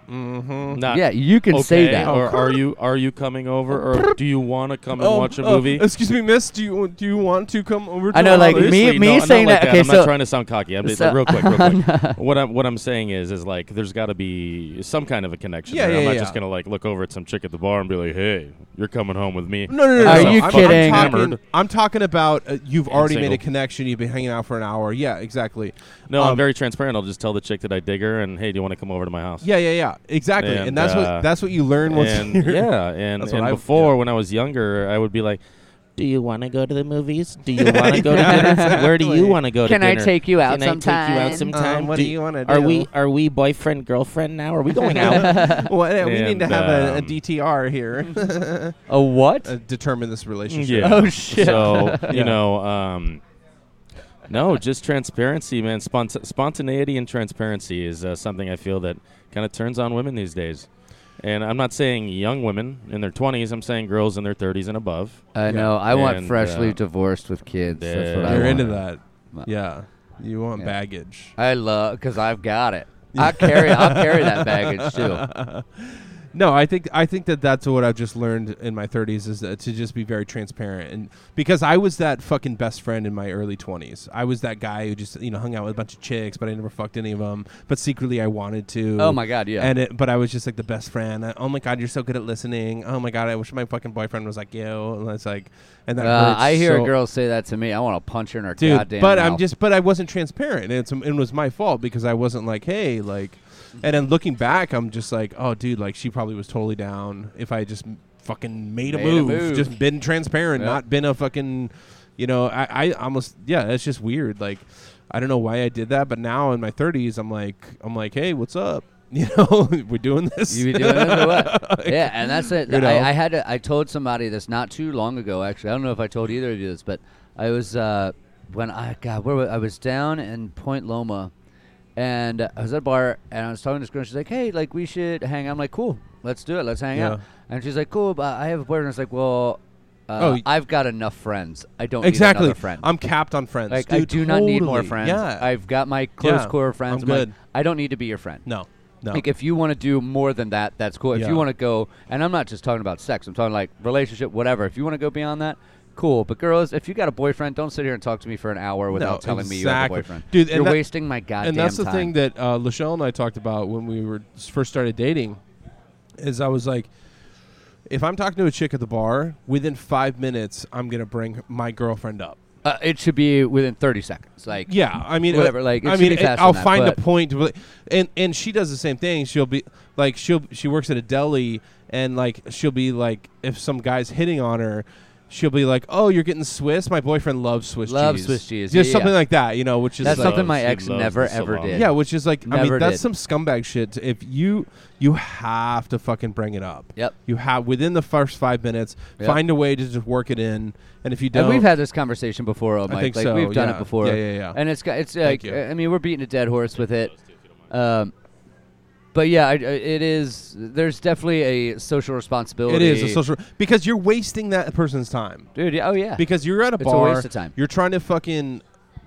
B: Mm-hmm.
E: Not
C: Yeah, you can say
E: okay,
C: that.
E: Or are you are you coming over, or do you want to come and
C: Oh,
E: watch a movie?
B: Oh, excuse me, miss. Do you do you want to come over? To
C: I know,
B: our
C: like,
B: house?
C: me-
E: Seriously, no, not
C: saying
E: like
C: that- okay,
E: I'm
C: so-
E: not trying to sound cocky. I'm
C: so-
E: real quick, real quick. what I'm what I'm saying is, is like there's got to be some kind of a connection.
B: Yeah,
E: there. I'm
B: yeah,
E: not
B: yeah.
E: just gonna like look over at some chick at the bar and be like, "Hey, you're coming home with me."
B: No, no, no. no,
C: Are
B: no.
C: you
B: I'm,
C: kidding?
B: I'm talking,
E: Hammered.
B: I'm talking about uh, you've
E: And
B: already made a
E: single.
B: connection. You've been hanging out for an hour. Yeah, exactly.
E: No,
B: Um,
E: I'm very transparent. I'll just tell the chick that I dig her, and hey, do you want to come over to my house?
B: Yeah, yeah, yeah. Exactly. And,
E: And,
B: that's
E: uh,
B: what that's what you learn once
E: and
B: you're
E: yeah, and,
B: That's what
E: and
B: I-
E: before when I was younger, I would be like, "Do you want to go to the movies? Do you want to go to
B: Yeah,
E: dinner? Where do you
B: exactly.
E: want to go to dinner?
C: you
E: Can I take you out sometime?
B: Um, what do you wanna
E: Are
B: do?
E: we are we boyfriend girlfriend now? Are we going out?
B: well, yeah, we need
E: And,
B: to have a, a
E: um,
B: DTR here.
C: A what?
B: uh, determine this relationship.
E: yeah.
C: Oh, shit.
E: So
B: Yeah.
E: you know, um, no, just transparency, man. Spont- spontaneity and transparency is uh, something I feel that kind of turns on women these days. And I'm not saying young women in their 20s. I'm saying girls in their 30s and above.
C: I know. I want
E: And,
C: freshly
E: uh,
C: divorced with kids. That's what I
E: Yeah.
B: You're
C: want.
B: into that.
C: Ma-
B: Yeah. You want
C: Yeah.
B: baggage.
C: I love because I've got it. I carry. I carry that baggage too.
B: No, I think I think that that's what I've just learned in my 30s is that to just be very transparent and because I was that fucking best friend in my early 20s. I was that guy who just you know hung out with a bunch of chicks, but I never fucked any of them. But secretly, I wanted to.
C: Oh my god, yeah.
B: And it, but I was just like the best friend. I- oh my god, you're so good at listening. Oh my god, I wish my fucking boyfriend was like you. And it's like, and that
C: Uh,
B: hurts
C: I hear
B: so-
C: a girl say that to me. I want to punch her in her
B: dude.
C: goddamn
B: but
C: mouth.
B: I'm just, but I wasn't transparent. and It's it was my fault because I wasn't like, hey, like, and then looking back, I'm just like, oh, dude, like she probably was totally down if I just m- fucking made, a,
C: Made a
B: move,
C: move.
B: just been transparent,
C: Yeah.
B: not been a fucking, you know, I, I almost, yeah, that's just weird. Like, I don't know why I did that, but now in my 30s, I'm like, I'm like, hey, what's up? You know, we're doing this.
C: You be doing it or what? yeah, and that's it.
B: You know?
C: I, I had to, I told somebody this not too long ago. Actually, I don't know if I told either of you this, but I was uh, when I God, where wa- I was down in Point Loma, and I was at a bar, and I was talking to this girl. And she's like, "Hey, like we should hang." out. I'm like, "Cool, let's do it. Let's hang out." And she's like, "Cool, but I have a boyfriend." I was like, "Well, uh,
B: Oh, y-
C: I've got enough friends. I don't need
B: exactly.
C: another friend.
B: I'm capped on friends.
C: like,
B: dude,
C: I do not need more
B: totally.
C: friends.
B: Yeah.
C: I've got my close
B: Yeah,
C: core friends.
B: I'm
C: like,
B: good.
C: I don't need to be your friend.
B: no, no.
C: Like if you want to do more than that, that's cool. If
B: Yeah.
C: you want to go, and I'm not just talking about sex. I'm talking like relationship, whatever. If you want to go beyond that, cool. But girls, if you got a boyfriend, don't sit here and talk to me for an hour without telling me you have a
B: exactly.
C: boyfriend.
B: Dude, and
C: You're
B: that-
C: wasting my goddamn
B: and that's the
C: time.
B: thing that uh, Lachelle and I talked about when we were s- first started dating. Is I was like, if I'm talking to a chick at the bar, within five minutes, I'm gonna bring my girlfriend up.
C: uh, it should be within 30 seconds. Like
B: Yeah, I mean, uh,
C: Whatever, like, it
B: I
C: should
B: mean,
C: be faster
B: I'll
C: than that,
B: find a
C: but-
B: point, to really- and and she does the same thing. She'll be like, she'll she works at a deli, and like she'll be like, if some guy's hitting on her. She'll be like, "Oh, you're getting Swiss. My boyfriend loves Swiss
C: Loves
B: cheese.
C: Swiss cheese,
B: Just
C: yeah,
B: something
C: yeah.
B: like that, you know, which is
C: That's
B: like,
C: something my
E: She
C: ex
E: loves
C: never
E: the
C: ever
E: salon.
C: did.
B: Yeah, which is like I mean
C: Never
B: that's
C: did.
B: some scumbag shit. If you you have to fucking bring it up.
C: Yep.
B: You have within the first five minutes,
C: Yep.
B: find a way to just work it in. And if you don't,
C: And we've had this conversation before, oh, Mike.
B: think
C: like
B: so,
C: we've done
B: yeah.
C: it before.
B: Yeah, yeah, yeah.
C: And it's got- it's
B: Thank
C: like
B: you.
C: I mean we're beating a dead horse with it. Um, but yeah, I, I- it is. There's definitely a social responsibility.
B: it is a social because you're wasting that person's time.
C: dude. yeah, Oh yeah.
B: Because you're at a
C: It's a
B: bar,
C: waste of time.
B: you're trying to fucking,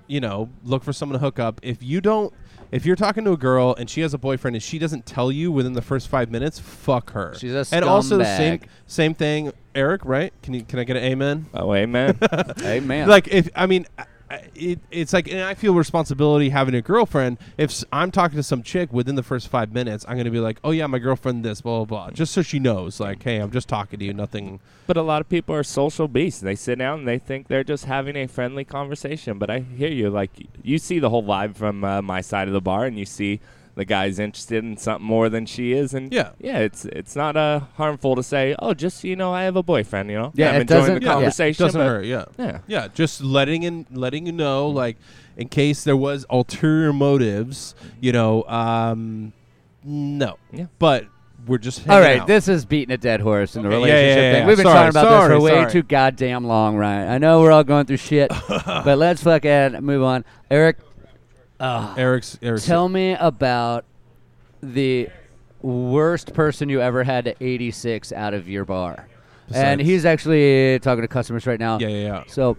B: you know, look for someone to hook up. If you don't, if you're talking to a girl and she has a boyfriend and she doesn't tell you within the first five minutes, fuck her.
C: She's a
B: and also same
C: scumbag.
B: same thing, Eric. Right? Can you can I get an amen?
A: Oh, amen.
C: hey man.
B: Like if I mean, I- I- it, it's like, and I feel responsibility having a girlfriend. If s- I'm talking to some chick within the first five minutes, I'm gonna be like, oh yeah, my girlfriend this, blah blah blah, just so she knows, like, hey, I'm just talking to you, nothing.
A: But a lot of people are social beasts. They sit down and they think they're just having a friendly conversation. But I hear you. Like you see the whole vibe from uh, my side of the bar, and you see the guy's interested in something more than she is. And
B: Yeah.
A: yeah, it's it's not uh, harmful to say, oh, just so you know, I have a boyfriend. You know,
C: Yeah,
A: I'm
C: it
A: enjoying
C: doesn't-
A: the
C: yeah, it
A: conversation.
B: doesn't
A: but-
B: hurt, yeah.
A: Yeah.
B: Yeah, just letting in, letting you know, like, in case there was ulterior motives, you know, um, no,
A: Yeah.
B: but we're just hanging
C: all right,
B: out.
C: this is beating a dead horse in the
B: Okay, yeah,
C: relationship
B: yeah, yeah,
C: thing.
B: yeah.
C: We've been
B: Sorry,
C: talking about this
B: sorry,
C: for way
B: sorry.
C: too goddamn long, Ryan. I know we're all going through shit, but let's fucking move on. Eric,
B: Ah, Eric's, Eric's
C: Tell me about the worst person you ever had to 86 out of your bar. and
B: Besides-
C: he's actually talking to customers right now.
B: yeah, yeah, yeah.
C: So,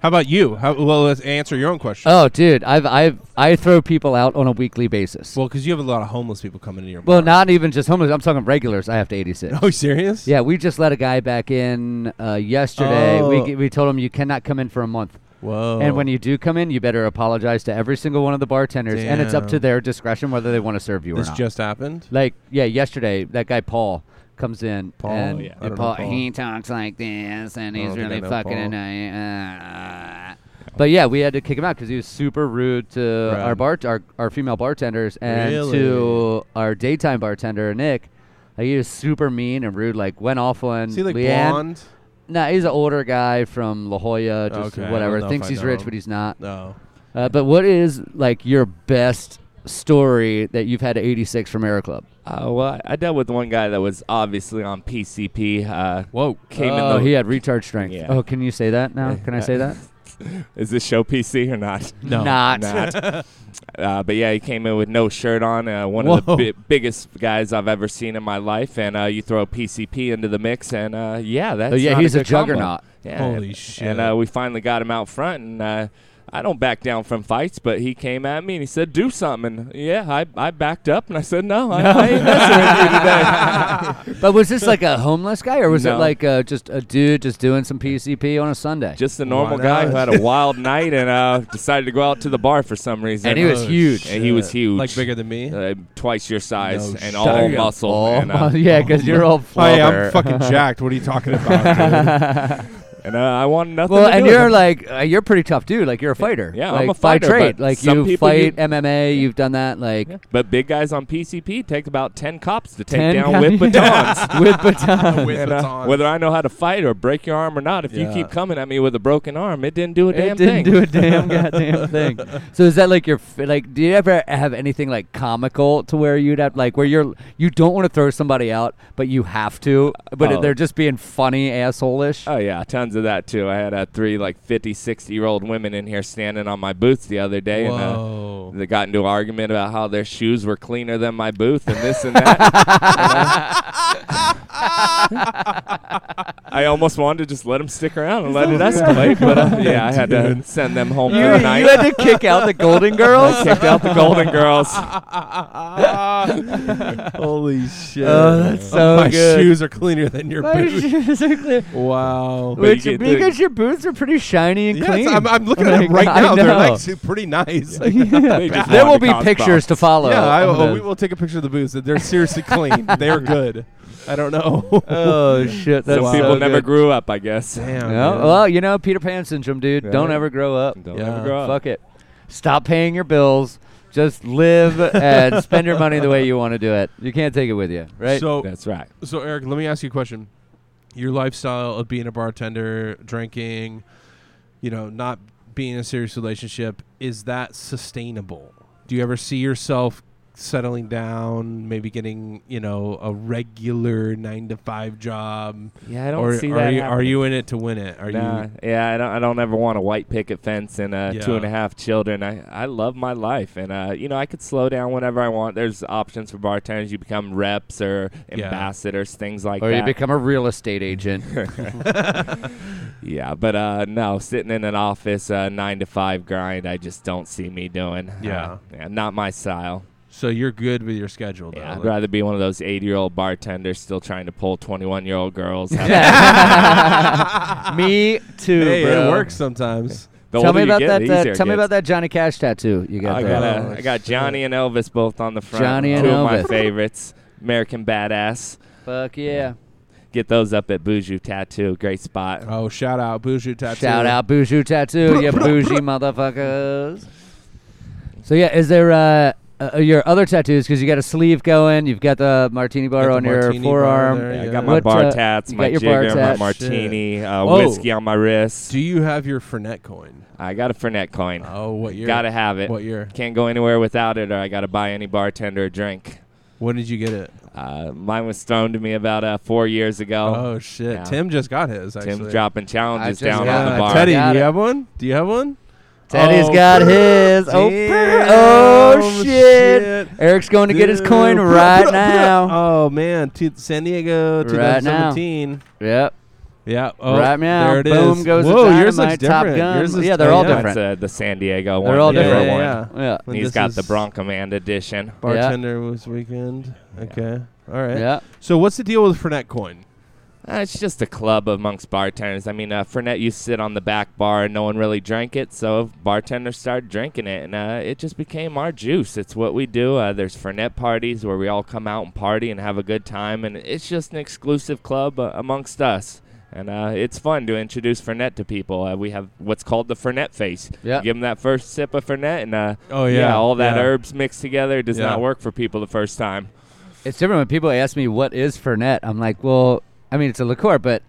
B: How about you? How, well, let's answer your own question.
C: oh, dude, I've I've I throw people out on a weekly basis. Well,
B: well, because you have a lot of homeless people coming into your. bar.
C: not even just homeless. I'm talking regulars. I have to 86.
B: Oh, you serious?
C: Yeah, we just let a guy back in uh, yesterday.
B: Oh.
C: We g- we told him you cannot come in for a month,
B: Whoa.
C: and when you do come in, you better apologize to every single one of the bartenders, and it's up to
B: Damn.
C: their discretion whether they want to serve you
B: this
C: or not.
B: just happened.
C: like yeah, yesterday that guy Paul comes in
B: Paul? Oh,
C: and
B: Yeah. I
C: and
B: don't know
C: Paul,
B: Paul.
C: he talks like this, and
B: I
C: he's
B: don't think I
C: really
B: know
C: fucking
B: Paul.
C: annoying. Uh, but yeah, we had to kick him out because he was super rude to our
B: Right.
C: bar, our, our female bartenders, and to
B: Really?
C: our daytime bartender Nick. Like, he was super mean and rude. Like went off on
B: Is he like
C: Leanne.
B: blonde?
C: Nah, he's an older guy from La Jolla, just
B: Okay, I don't
C: whatever.
B: know if
C: Thinks
B: I
C: he's
B: know
C: rich,
B: him.
C: but he's not.
B: No.
C: Uh, but what is like your best story that you've had at 86 from Air Club?
A: Uh, well, I- I dealt with one guy that was obviously on PCP. Uh,
B: Whoa.
A: came
C: oh,
A: in the.
C: he had retard strength.
A: Yeah.
C: Oh, can you say that now? Can I say that?
A: Is this show PC or not?
B: No.
C: Not.
A: Not. uh, but yeah, he came in with no shirt on. Uh, one of the
B: Whoa.
A: bi- biggest guys I've ever seen in my life, and uh, you throw PCP into the mix, and uh, yeah, that's
C: Oh, yeah,
A: not
C: he's a,
A: good combo.
C: juggernaut.
A: Yeah,
B: Holy
A: and,
B: shit.
A: And uh, we finally got him out front, and uh, I don't back down from fights, but he came at me and he said, "Do something." And yeah, I, I backed up, and I said, "No, I, I ain't messing with you today."
C: But was this like a homeless guy, or was it
A: No.
C: like uh, just a dude just doing some PCP on a Sunday?
A: Just a
B: Why
A: normal guy who
B: not?
A: had a wild night and uh, decided to go out to the bar for some reason.
C: and he was
B: Oh,
C: huge.
A: And he was huge.
B: Like bigger than me.
A: uh, twice your size
B: No
A: and
B: shit.
A: all
B: Shut
A: muscle.
C: Oh,
A: And, uh,
C: yeah, because you're all
B: Hey,
C: flubber.
B: Oh, I'm fucking jacked. What are you talking about?
A: and uh, I want nothing.
C: Well,
A: to do
C: and
A: with
C: you're
A: him.
C: like uh, you're a pretty tough dude. Like you're a fighter.
A: Yeah,
C: like,
A: I'm a
C: by
A: fighter,
C: trade.
A: but
C: Like
A: some
C: you
A: people
C: fight
A: you-
C: MMA. You've done that. Like
A: But big guys on PCP take about ten cops to take
C: 10
A: down
C: guys-
A: with batons.
C: with baton.
B: dude? With
A: And, uh,
B: batons.
A: whether I know how to fight or break your arm or not, if you
B: Yeah.
A: keep coming at me with a broken arm, it didn't do a damn
C: it didn't
A: thing.
C: do a damn goddamn thing. So is that like your f- like? Do you ever have anything like comical to where you'd have like where you're you don't want to throw somebody out, but you have to, but
A: Oh.
C: they're just being funny assholeish.
A: Oh yeah, tons of that too. I had uh, three like 50, 60 year old women in here standing on my booth the other day, and uh,
B: Whoa.
A: they got into an argument about how their shoes were cleaner than my booth and this and that. And, uh, I almost wanted to just let them stick around and let it escalate, but uh, yeah, I had to send them home
C: you,
A: for the
C: you
A: night.
C: had to kick out the Golden Girls.
A: I kicked out the Golden Girls.
B: Holy shit.
C: Oh, that's so
B: My
C: good.
B: shoes are cleaner than your
C: My
B: boots.
C: shoes are clean.
B: Wow.
A: But you
C: Which,
A: get the-
C: because your boots are pretty shiny and
B: Yes,
C: clean.
B: I'm, I'm looking at
C: Like,
B: them right
C: I
B: now. They're
C: know.
B: actually pretty nice. Like,
A: They just
C: there
A: wanted
C: will
A: to
C: be
A: cause
C: pictures to follow.
B: yeah, I,
C: of
B: oh,
C: this.
B: we will take a picture of the boots. They're seriously clean. They're good. I don't know.
C: Oh shit! That's
A: Some
C: so
A: people never
C: good.
A: grew up, I guess.
B: Damn.
C: No,
B: man.
C: well, you know, Peter Pan syndrome, dude. Don't
A: Right.
C: ever grow up.
A: Don't
B: Yeah.
A: ever grow up.
C: Fuck it. Stop paying your bills. Just live and spend your money the way you want to do it. You can't take it with you, right?
B: So,
A: That's right.
B: so Eric, let me ask you a question. Your lifestyle of being a bartender, drinking, you know, not being in a serious relationship, is that sustainable? Do you ever see yourself settling down, maybe getting, you know, a regular nine to five job?
A: Yeah, I don't
B: or
A: see
B: are
A: that.
B: you are
A: happening.
B: you in it to win it? Are
A: Nah,
B: you
A: yeah, I don't. I don't ever want a white picket fence and uh, two
B: Yeah.
A: and a half children. I, I love my life, and uh, you know I could slow down whenever I want. There's options for bartenders. You become reps or
B: Yeah.
A: ambassadors, things like
C: or
A: that.
C: you become a real estate agent.
A: yeah, but uh, no, sitting in an office, uh, nine to five grind. I just don't see me doing.
B: Yeah.
A: Uh, yeah, not my style.
B: so you're good with your schedule though?
A: Yeah, I'd
B: like-
A: rather be one of those 80 year old bartenders still trying to pull 21 year old girls.
C: me too,
B: Hey,
C: bro.
B: it works sometimes.
A: The
C: tell
A: older
C: me
A: you
C: about
A: get,
C: that.
A: the
C: that-
A: easier it
C: tell me
A: gets.
C: about that Johnny Cash tattoo you got
A: I
C: there.
A: got
B: Oh,
A: a, I got
B: shit.
A: Johnny and Elvis both on the front.
C: Johnny
A: Two
C: and
A: of my
C: Elvis.
A: favorites. American Badass.
C: Fuck yeah!
A: Get those up at Buju Tattoo. Great spot.
B: Oh, shout out Bougie Tattoo.
C: Shout out Bougie Tattoo, you bougie motherfuckers. So yeah, is there uh, uh your other tattoos? Because you got a sleeve going, you've got the martini bar
B: Got the
C: on your
B: martini bar
C: forearm.
B: there,
A: Yeah, I
B: yeah.
A: got my
C: What,
A: bar
C: uh,
A: tats,
C: you
A: my
C: got your bar
A: jigger, my
C: tats?
A: martini, uh,
B: Whoa.
A: whiskey on my wrist.
B: Do you have your Fernet coin?
A: I got a Fernet coin.
B: Oh, what year?
A: Gotta have it.
B: What year?
A: Can't go anywhere without it, or I gotta buy any bartender a drink.
B: When did you get it?
A: Uh, mine was thrown to me about uh, four years ago.
B: Oh shit!
A: yeah.
B: Tim just got his. Actually.
A: Tim's dropping
C: I
A: challenges
C: just
A: down
C: got
A: on
C: it.
A: the bar.
B: Teddy, do
C: Got
B: you
C: it.
B: have one? Do you have one?
C: Teddy's
E: Oh,
C: got
E: brr.
C: his. Oh, brr. oh
B: Damn,
C: shit.
B: shit.
C: Eric's going to get his
B: Dude.
C: coin
B: Blah,
C: right
B: blah, blah.
C: now.
B: Oh man, Two San Diego
C: Right now.
B: 2017.
C: Yep.
B: Yeah. Oh,
C: Right now,
B: There it is.
C: boom goes the
B: Whoa, yours looks
C: dynamite, Top
B: different.
C: Gun.
B: Yours is-
C: Yeah, they're
B: oh,
C: all
B: yeah.
A: That's
C: different.
A: uh, the San Diego one.
C: They're all
A: the
B: Yeah,
A: newer
C: different.
B: yeah,
A: one.
B: yeah.
C: Yeah.
B: And
A: He's
B: this
A: got
B: is
A: the Bronco Man edition.
B: Bartender was weekend. Okay. All right.
C: Yeah.
B: So what's the deal with Fernet coin?
A: Uh, it's just a club amongst bartenders. I mean, uh, Fernet used to sit on the back bar and no one really drank it, so bartenders started drinking it, and uh, it just became our juice. It's what we do. Uh, there's Fernet parties where we all come out and party and have a good time, and it's just an exclusive club uh, amongst us. And uh, it's fun to introduce Fernet to people. Uh, we have what's called the Fernet face.
C: Yeah.
A: Give them that first sip of Fernet, and uh,
B: Oh
A: all that herbs mixed together does
B: Yeah.
A: not work for people the first time.
C: It's different when people ask me what is Fernet. I'm like, well, I mean, it's a liqueur, but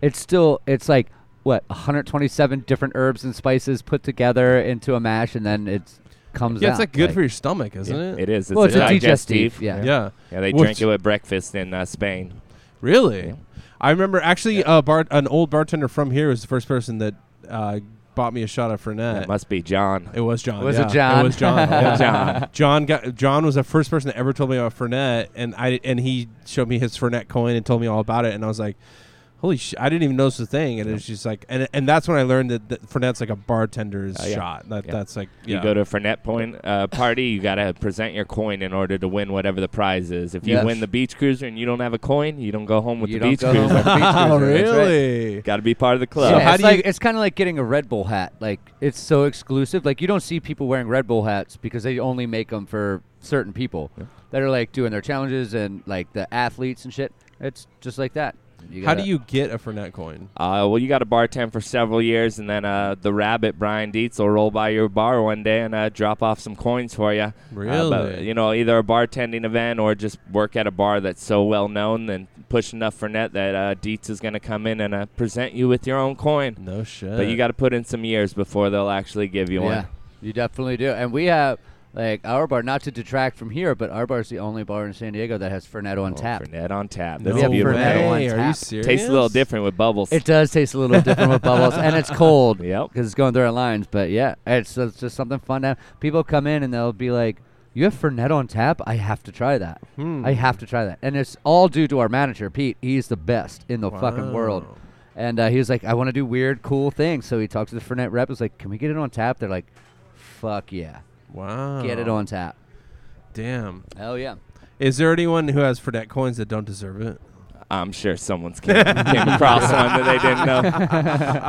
C: it's still it's like what 127 different herbs and spices put together into a mash, and then it comes
B: Yeah,
C: out.
B: it's like good
C: like,
B: for your stomach, isn't it?
A: It is. It's
C: Well,
A: a
C: it's a digestive.
B: Yeah.
C: Yeah.
A: Yeah, they
B: Which-
A: drink it with breakfast in uh, Spain.
B: Really? I remember actually uh, bar- an old bartender from here was the first person that uh, bought me a shot of Fernet.
A: That must be John.
B: It was John.
C: Was Uh,
B: yeah.
C: it John?
B: It was John.
A: Oh,
B: John.
A: John.
B: John got John was the first person that ever told me about Fernet, and I and he showed me his Fernet coin and told me all about it, and I was like, "Holy shit!" I didn't even know this was a thing, and it's just like, and and that's when I learned that, that Fernet's like a bartender's
A: Oh, yeah.
B: shot. That
A: Yeah.
B: that's like
A: You go to a Fernet point uh, party, you got to present your coin in order to win whatever the prize is. If you
C: Yes.
A: win the beach cruiser and you don't have a coin, you don't go home with
C: You
A: the
C: don't
A: beach
C: go home with
A: cruiser.
C: the beach
B: Oh,
C: cruiser, that's right.
B: really?
A: got to be part of the
B: So
A: club.
B: how
C: it's
B: do you-
C: like it's kind of like getting a Red Bull hat. Like it's so exclusive. Like you don't see people wearing Red Bull hats because they only make them for certain people that are like doing their challenges and like the athletes and shit. It's just like that. You
B: How
C: gotta-
B: do you get a Fernet coin?
A: Uh, well, you got to bartend for several years, and then uh, the rabbit Brian Dietz will roll by your bar one day and uh, drop off some coins for you. Uh, but,
B: Really?
A: you know, either a bartending event or just work at a bar that's so well known and push enough for net that uh, Dietz is going to come in and uh, present you with your own coin.
B: No shit.
A: But you got to put in some years before they'll actually give you
C: Yeah,
A: one.
C: you definitely do. And we have like our bar, not to detract from here, but our bar is the only bar in San Diego that has Fernet on
A: Oh,
C: tap.
A: Fernet on tap.
B: no
A: That's
C: have
A: beautiful.
C: Fernet on
B: way. Are you
C: tap.
B: serious?
A: Tastes a little different with bubbles.
C: It does taste a little different with bubbles, and it's cold because
A: Yep.
C: it's going through our lines. But yeah, it's, it's just something fun. To have. People come in and they'll be like, "You have Fernet on tap? I have to try that.
B: Hmm.
C: I have to try that." And it's all due to our manager, Pete. He's the best in the fucking world.
B: Wow.
C: And uh, he was like, "I want to do weird, cool things." So he talked to the Fernet rep. Was like, "Can we get it on tap?" They're like, "Fuck yeah,
B: Wow.
C: get it on tap."
B: Damn.
C: Hell yeah.
B: Is there anyone who has Fernet coins that don't deserve it?
A: I'm sure someone's came, came across one that they didn't know.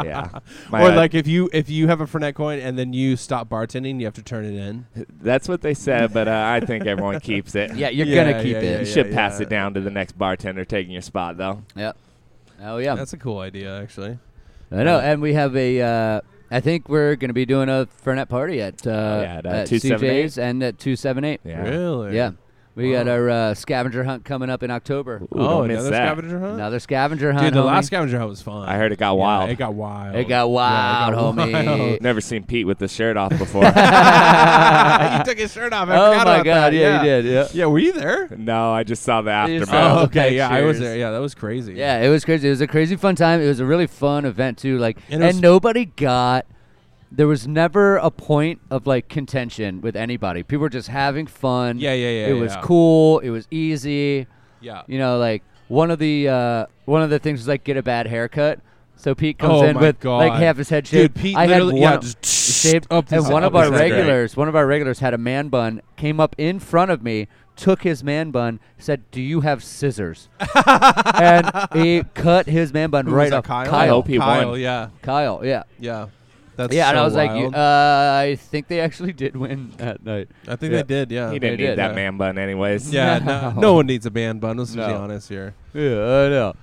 A: yeah. My,
B: or
A: uh,
B: like if you if you have a Fernet coin and then you stop bartending, you have to turn it in.
A: that's what they said, but uh, I think everyone keeps it.
C: Yeah, you're
B: Yeah,
C: gonna keep
B: yeah,
A: You
C: it.
A: should
B: yeah,
A: pass
B: yeah.
A: it down to the next bartender taking your spot, though.
C: Yep. Oh yeah.
B: That's a cool idea, actually.
C: I know. And we have a. Uh, I think we're gonna be doing a Fernet party at uh,
B: Oh,
A: Yeah, at, uh,
C: at
A: 278.
C: CJ's and at two seven eight.
A: Yeah.
B: Really?
C: Yeah. We got
B: Wow.
C: our uh, scavenger hunt coming up in October.
A: Ooh,
B: oh,
A: don't miss
B: another
A: that.
B: scavenger hunt.
C: Another scavenger hunt.
B: Dude, the last
C: homie.
B: scavenger hunt was fun.
A: I heard it got
B: Yeah,
A: wild.
B: It got wild.
C: It got
B: Yeah, it
C: wild,
B: got
C: homie.
A: Never seen Pete with the shirt off before.
B: wild. he took his shirt off. I
C: oh
B: forgot
C: my
B: about that.
C: god! Yeah, you did. Yeah.
B: Yeah, were you there?
A: no, I just saw the
C: He's-
A: aftermath.
B: Oh,
C: Oh,
B: okay. Yeah, I was
C: pictures.
B: there. Yeah, that was crazy.
C: Yeah, it was crazy. It was a crazy fun time. It was a really fun event too. Like,
B: And
C: and,
B: it was-
C: nobody got. There was never a point of like contention with anybody. People were just having fun.
B: Yeah, yeah, yeah,
C: It was
B: yeah.
C: cool. It was easy.
B: Yeah.
C: You know, like one of the uh, one of the things was like get a bad haircut. So Pete comes
B: Oh
C: in
B: my
C: with like
B: God.
C: half his head
B: Dude,
C: shaved.
B: Pete
C: I had
B: literally-
C: one
B: yeah, just
C: shaved,
B: up his-
C: and one
B: up
C: of our
B: his head.
C: regulars, one of our regulars had a man bun. Came up in front of me, took his man bun, said, "Do you have scissors?" and he cut his man bun
B: Who was
C: right
B: that,
C: off.
B: Kyle.
A: I
C: Kyle.
A: hope he
B: Kyle,
A: won.
B: Yeah.
C: Kyle, yeah.
B: Yeah. That's
C: yeah, and
B: so
C: I was like, you,
B: wild.
C: uh, I think they actually did win that night.
B: I think they
C: yeah.
B: did. Yeah.
A: He didn't
C: They
A: need
C: did,
A: that
B: yeah.
A: man bun, anyways.
B: Yeah. No. no one needs a band bun. Let's be
C: No.
B: honest here.
C: Yeah, I know.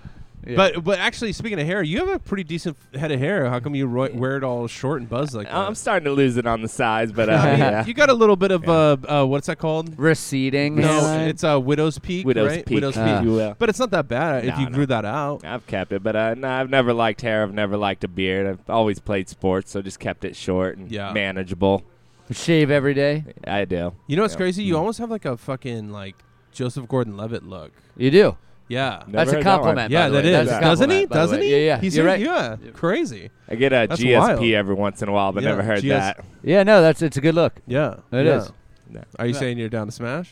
C: Yeah.
B: But but actually, speaking of hair, you have a pretty decent f- head of hair. How come you roi- wear it all short and buzz like that?
A: I'm starting to lose it on the size, but uh,
B: I mean,
A: yeah.
B: You got a little bit of uh, uh, what's that called?
C: receding.
B: No,
A: Hairline?
B: it's a uh, widow's peak.
A: Widow's
B: right?
A: peak,
B: Widow's
A: if
C: Ah.
B: peak.
A: you will.
B: But it's not that bad if
A: Nah,
B: you
A: nah.
B: grew that out.
A: I've kept it, but uh, no, I've never liked hair. I've never liked a beard. I've always played sports, so just kept it short and
B: Yeah.
A: manageable.
C: Shave every day.
A: I do.
B: You know what's
A: Yeah.
C: Mm.
B: crazy? You almost have like a fucking like Joseph Gordon-Levitt look.
C: You do.
B: Yeah.
A: Never
C: That's a
A: heard that one.
C: compliment. by
B: Yeah,
C: the
B: that
C: way.
B: is.
C: That's a
B: Doesn't he?
C: compliment, by the
B: Doesn't
C: way.
B: he?
C: Yeah, yeah.
B: He's
C: You're
B: a-
C: right.
B: Yeah. Crazy.
A: I get a
B: That's
A: GSP
B: wild.
A: every once in a while, but
B: Yeah,
A: never heard
B: GS
A: that.
C: Yeah, no, that's it's a good look.
B: Yeah.
C: It
B: yeah.
C: is.
A: No.
B: Are you
C: Yeah.
B: saying you're down to smash?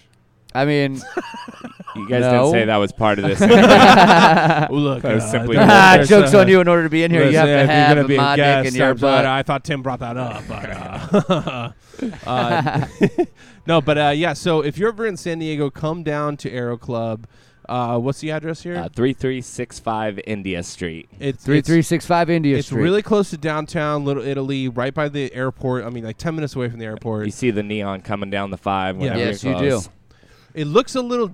C: I mean,
A: You guys
C: No.
A: didn't say that was part of this.
C: Oh,
B: Look,
A: That was simply-
C: ah, jokes on you. In order to be in here, you have to have
B: gonna
C: a
B: be
C: mod
B: a
C: dick
B: guest,
C: in your
B: I'm sorry,
C: butt.
B: I thought Tim brought that up. But, uh, uh, no, but uh, yeah. So if you're ever in San Diego, come down to Aero Club. Uh, what's the address here?
A: Uh, 3365 India Street.
B: it's
C: Three
B: it's-
C: three six five India
B: It's
C: Street.
B: really close to downtown Little Italy, right by the airport. I mean, like ten minutes away from the airport.
A: You see the neon coming down the five.
B: Yeah.
A: whenever you're
C: Yes, you
A: close.
C: do.
B: It looks a little.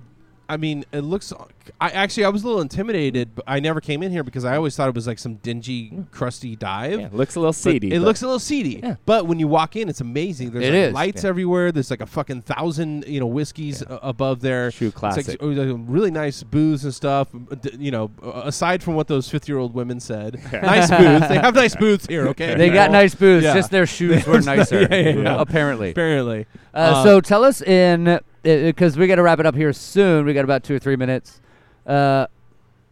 B: I mean, it looks. I actually, I was a little intimidated. But I never came in here because I always thought it was like some dingy, crusty dive.
A: Yeah, looks a little
B: But
A: seedy.
B: It
A: but-
B: looks a little seedy.
A: Yeah.
B: But when you walk in, it's amazing. There's
C: It
B: like
C: is.
B: lights
A: Yeah.
B: everywhere. There's like a fucking thousand, you know, whiskeys a- above there.
A: True
B: It's like
A: classic.
B: oh, there's really nice booze and stuff. uh, d- You know, uh, aside from what those fifty-year-old women said, nice booths. They have nice booths here. Okay,
C: They got
B: people?
C: nice boots.
B: Yeah.
C: Just their shoes were nicer.
B: Yeah, yeah, yeah. Um,
C: Apparently.
B: Apparently,
C: Uh, so tell us in because we got to wrap it up here soon. We got about two or three minutes. Uh,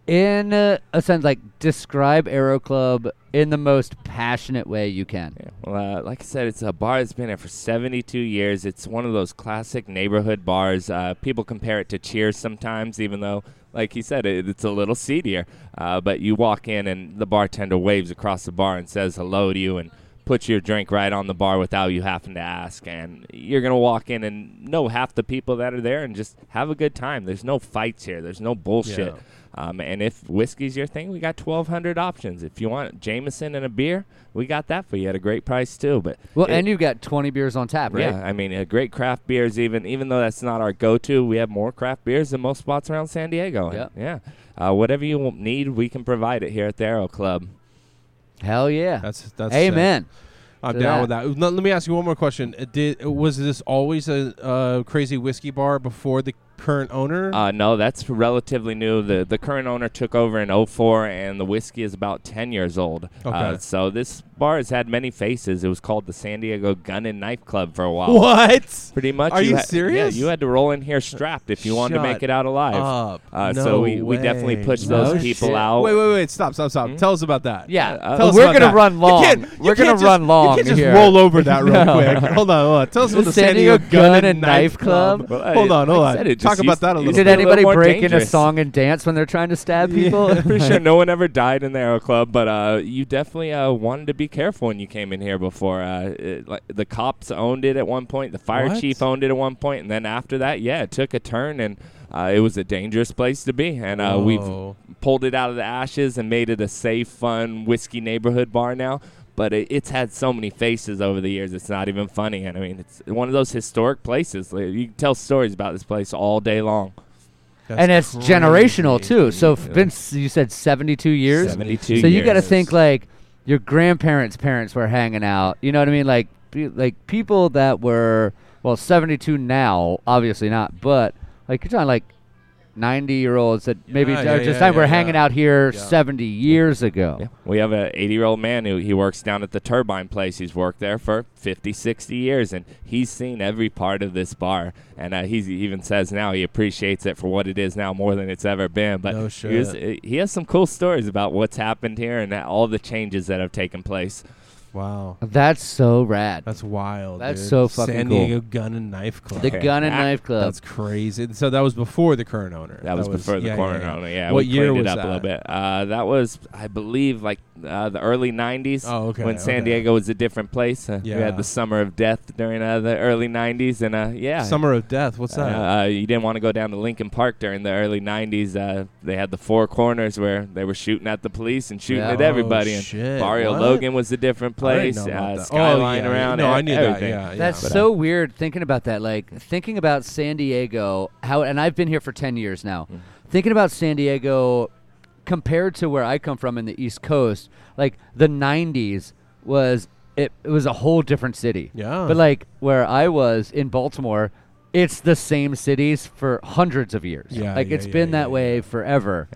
C: in uh, a sense, like describe Aero Club in the most passionate way you can.
A: Yeah, Well, uh, like I said, it's a bar that's been here for 72 years. It's one of those classic neighborhood bars. Uh, people compare it to Cheers sometimes, even though, like he said, it, it's a little seedier. Uh, but you walk in, and the bartender waves across the bar and says hello to you and puts your drink right on the bar without you having to ask. And you're going to walk in and know half the people that are there and just have a good time. There's no fights here, there's no bullshit.
B: Yeah.
A: Um, and if whiskey's your thing, we got 1,200 options. If you want Jameson and a beer, we got that for you at a great price too. But
C: Well,
A: it-
C: and you've got 20 beers on tap, right?
A: yeah, I mean, uh, great craft beers. Even even though that's not our go-to, we have more craft beers than most spots around San Diego. And,
C: Yep.
A: Yeah, uh, whatever you w- need, we can provide it here at the Aero Club.
C: Hell yeah.
B: that's that's sick.
C: Amen.
B: I'm
C: to
B: down with that. Let, let me ask you one more question. Uh, Did was this always a uh, crazy whiskey bar before the current owner?
A: Uh, no, that's relatively new. The the current owner took over in 04, and the whiskey is about 10 years old.
B: Okay.
A: Uh, so this bar has had many faces. It was called the San Diego Gun and Knife Club for a while.
B: what?
A: Pretty much.
B: Are you
A: ha-
B: serious?
A: Yeah, you had to roll in here strapped if you wanted to
B: Shut
A: make it out alive.
B: Up.
A: Uh,
B: no
A: so we, we definitely
B: way.
A: push
C: No
A: those people
C: shit.
A: out.
B: Wait, wait, wait! Stop, stop, stop!
A: Hmm?
B: Tell us about that.
C: Yeah.
A: Uh,
B: Tell us
C: we're
B: about
C: going to
B: that.
C: run long.
B: You can't,
C: we're
B: going to
C: run long
B: You can't just
C: here.
B: roll over that real
C: No.
B: quick. Hold on, hold on. Tell us about the San Diego Gun and Knife Club.
A: Well, I-
B: Hold on, hold
A: like I
B: on.
A: said, it
B: Talk
A: just
B: about
A: used-
B: that a little
A: used
B: bit.
A: to
C: Did
A: be little
C: anybody
A: more
C: break in a
A: dangerous.
C: song and dance when they're trying to stab people?
A: I'm pretty sure no one ever died in the arrow club, but uh, you definitely uh, wanted to be careful when you came in here before. Uh, it, like, the cops owned it at one point, the fire
B: What?
A: chief owned it at one point, and then after that, yeah, it took a turn, and uh, it was a dangerous place to be. And uh, we've
B: Whoa.
A: pulled it out of the ashes and made it a safe, fun whiskey neighborhood bar now. But it, it's had so many faces over the years; it's not even funny. And I mean, it's one of those historic places. Like, you can tell stories about this place all day long.
B: That's
C: and it's
B: crazy.
C: generational too. So it's been s- you said 72 years.
A: 72
C: so you got to
A: years.
C: think like your grandparents' parents were hanging out. You know what I mean? Like pe- like people that were well 72 now, obviously not, but like you're talking like 90 year olds that maybe
B: Yeah,
C: are
B: yeah,
C: just
B: yeah,
C: were
B: yeah,
C: hanging
B: yeah.
C: out here
B: Yeah.
C: 70 years
B: Oh.
C: ago.
A: Yeah. We have a 80 year old man who he works down at the turbine place. He's worked there for 50, 60 years, and he's seen every part of this bar. And uh, he's, he even says now he appreciates it for what it is now more than it's ever been. But
B: No
A: he
B: shit.
A: was- uh, he, has some cool stories about what's happened here and that- all the changes that have taken place.
B: Wow,
C: That's so rad.
B: that's wild.
C: That's
B: dude.
C: so fucking
B: San
C: cool.
B: Diego Gun and Knife Club.
C: the
A: Okay.
C: Gun and
A: Ah,
C: Knife Club.
B: That's crazy. And So that was before the current owner.
A: That, was, before the
B: yeah,
A: corner
B: yeah, yeah.
A: owner. Yeah,
B: What
A: we
B: year
A: cleaned
B: was
A: it up
B: that?
A: a little bit. Uh, that was, I believe, like uh, the early '90s.
B: Oh, okay,
A: When San
B: okay.
A: Diego was a different place. Uh, We
B: Yeah.
A: had the summer of death during uh, the early '90s, and uh, yeah,
B: Summer of Death. What's that?
A: Uh, uh, you didn't want to go down to Lincoln Park during the early '90s. Uh, they had the four corners where they were shooting at the police and shooting
C: Yeah.
A: at uh, everybody.
B: Oh,
A: and
B: shit.
A: Barrio
B: What?
A: Logan was a different
B: I didn't
A: place.
B: know about
A: Uh,
B: that.
A: skyline
B: oh, yeah,
A: around.
B: Yeah. No,
A: e-
B: I knew
A: everything.
B: that. Yeah, yeah.
C: That's
A: But, uh,
C: so weird thinking about that. Like thinking about San Diego, how and I've been here for ten years now.
B: Mm-hmm.
C: Thinking about San Diego compared to where I come from in the East Coast, like the nineties was it, it was a whole different city.
B: Yeah.
C: But like where I was in Baltimore, it's the same cities for hundreds of years.
B: Yeah,
C: Like
B: yeah,
C: it's
B: yeah,
C: been
B: yeah,
C: that
B: yeah.
C: way forever.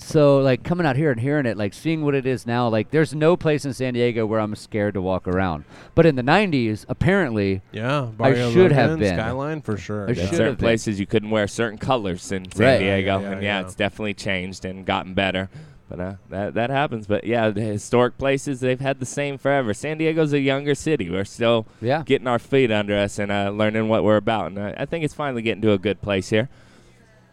C: so like coming out here and hearing it, like seeing what it is now, like there's no place in San Diego where I'm scared to walk around. But in the '90s, apparently,
B: Yeah,
C: I should have
B: Logan,
C: been.
B: Skyline for sure.
C: I
B: yeah.
C: should
A: certain
C: have been.
A: places you couldn't wear certain colors in San
C: Right. Yeah,
A: Diego,
B: yeah,
A: and yeah,
B: yeah.
A: it's definitely changed and gotten better. But uh, that that happens. But yeah, the historic places they've had the same forever. San Diego's a younger city. We're still
C: yeah,
A: getting our feet under us and uh, learning what we're about, and uh, I think it's finally getting to a good place here.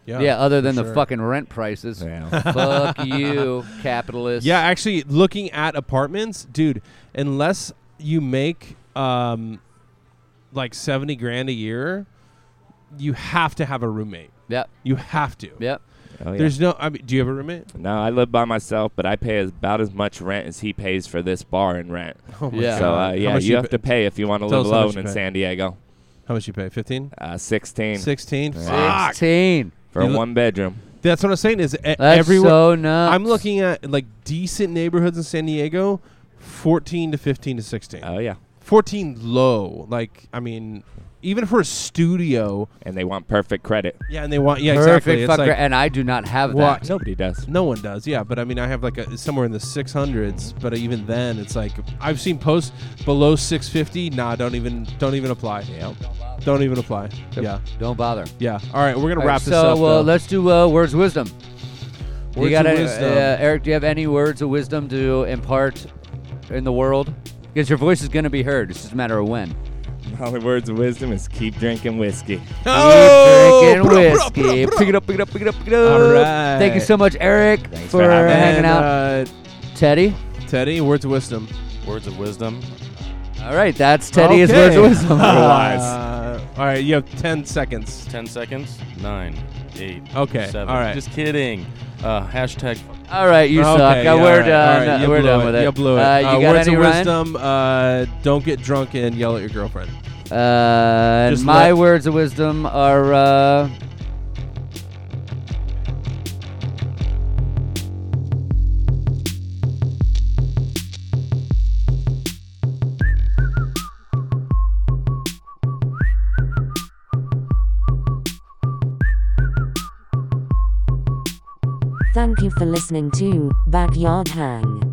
B: Yeah,
C: yeah. other than
B: for
C: the
B: sure.
C: fucking rent prices,
A: Yeah.
C: fuck you, capitalist.
B: Yeah, actually, looking at apartments, dude, unless you make um, like seventy grand a year, you have to have a roommate.
C: Yep.
B: You have to.
C: Yep.
A: Oh, yeah.
B: There's no. I mean, do you have a roommate?
A: No, I live by myself, but I pay as, about as much rent as he pays for this bar in rent.
B: Oh
C: Yeah.
A: So uh,
B: How
A: yeah,
B: much
A: you,
B: you
A: have
B: pay-
A: to pay if you want to
B: Tell
A: live
B: us how much
A: alone
B: you
A: in
B: pay.
A: San Diego.
B: How much you pay? Fifteen.
A: Uh, Sixteen
B: Sixteen.
A: Yeah.
B: Fuck.
C: Sixteen.
A: for
B: You
A: a
B: li-
A: one bedroom.
B: That's what I'm saying. Is e-
C: That's
B: everyone?
C: so nuts.
B: I'm looking at like decent neighborhoods in San Diego, fourteen to fifteen to sixteen.
A: Oh yeah,
B: 14 low. Like, I mean, even for a studio.
A: and they want perfect credit.
B: Yeah, and they want. Yeah,
C: perfect
B: exactly. It's
C: fuck
B: like,
C: gra- and I do not have
B: What?
C: that.
A: Nobody does.
B: no one does. Yeah, but I mean, I have like a somewhere in the 600s. But even then, it's like I've seen posts below 650. Nah, don't even don't even apply.
A: Yeah.
B: Don't even apply. Yeah,
C: Don't bother.
B: yeah. All right, we're gonna
C: All right,
B: wrap this
C: so
B: up.
C: uh,
B: though.
C: let's do uh, words of wisdom.
B: Words
C: you got
B: of
C: any-
B: wisdom.
C: Uh, Eric? Do you have any words of wisdom to impart in the world? Because your voice is going to be heard. It's just a matter of when.
A: My only words of wisdom is keep drinking whiskey.
B: Oh,
C: Keep drinking
B: bruh, bruh,
C: whiskey.
B: bruh, bruh.
C: Pick it up, pick it up, pick it up, pick it up.
B: All right.
C: Thank you so much, Eric,
A: Thanks
C: for,
A: for having me.
C: hanging
B: And,
C: out.
B: uh,
C: Teddy.
B: Teddy, words of wisdom.
E: Words of wisdom.
C: All right, that's Teddy's words of
B: Okay.
C: wisdom.
A: Otherwise.
B: Uh, all right, you have 10 seconds.
E: 10 seconds. Nine, eight,
B: Okay,
E: seven.
B: all right.
E: Just kidding. Uh, hashtag.
C: All right, you
B: Okay,
C: suck.
B: yeah,
C: Uh,
B: all right,
C: we're
B: all
C: done.
B: right, you
C: we're
B: blew
C: done with it.
B: You blew it.
C: Uh, you
B: Uh,
C: got
B: words
C: any
B: of
C: Ryan?
B: wisdom: uh, don't get drunk and yell at your girlfriend.
C: Uh,
B: Just
C: my
B: let-
C: words of wisdom are. Uh,
D: Thank you for listening to Backyard Hang.